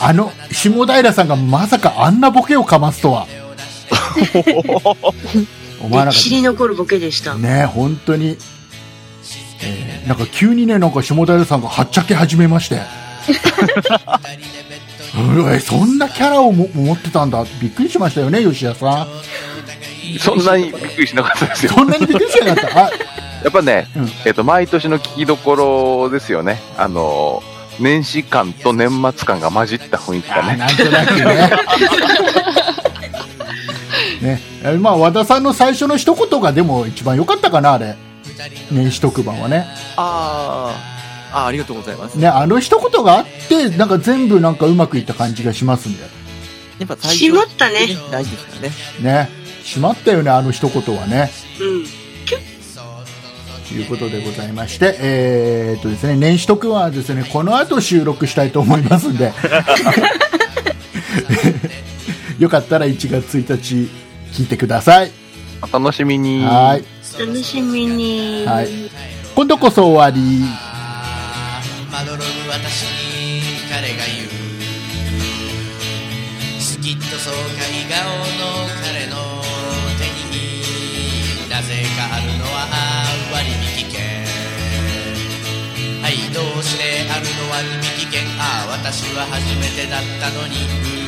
S2: あの下平さんがまさかあんなボケをかますと は思わなか
S9: 歴
S2: った
S9: 史に残るボケでした、
S2: ね本当に、えーなんか急にねなんか下平さんがはっちゃけ始めまして うんえそんなキャラをも持ってたんだびっくりしましたよね吉田さ
S3: そんなにびっくりしなかったです
S2: ん
S3: よ。
S2: そんなにびっくりしなかったあ
S3: やっぱね、
S2: うん
S3: えっと、毎年の聞きどころですよね。あの、年始感と年末感が混じった雰囲気が
S2: あ
S3: ね。
S2: なんとなくね ねえまあ和田さんの最初の一言がでも一番良かったかなあれ年始特番はね
S5: あーあー、ありがとうございます。
S2: ねあの一言があってなんか全部なんかうまくいった感じがしますんで
S5: やっぱ最
S9: しまったね
S5: 大事ですからね。
S2: ねしまったよねあの一言はね
S9: うん
S2: ということでございまして、えーっとですね、年始特番はですね、この後収録したいと思いますんで、 よかったら1月1日聞いてください。
S3: お楽しみに。
S2: はい。
S9: 楽しみに、
S2: はい。今度こそ終わり。
S10: まどろむ私に彼が言うスキッと爽快顔の彼の手になぜかあるのは割引券はいどうしてあるの割引券ああ私は初めてだったのに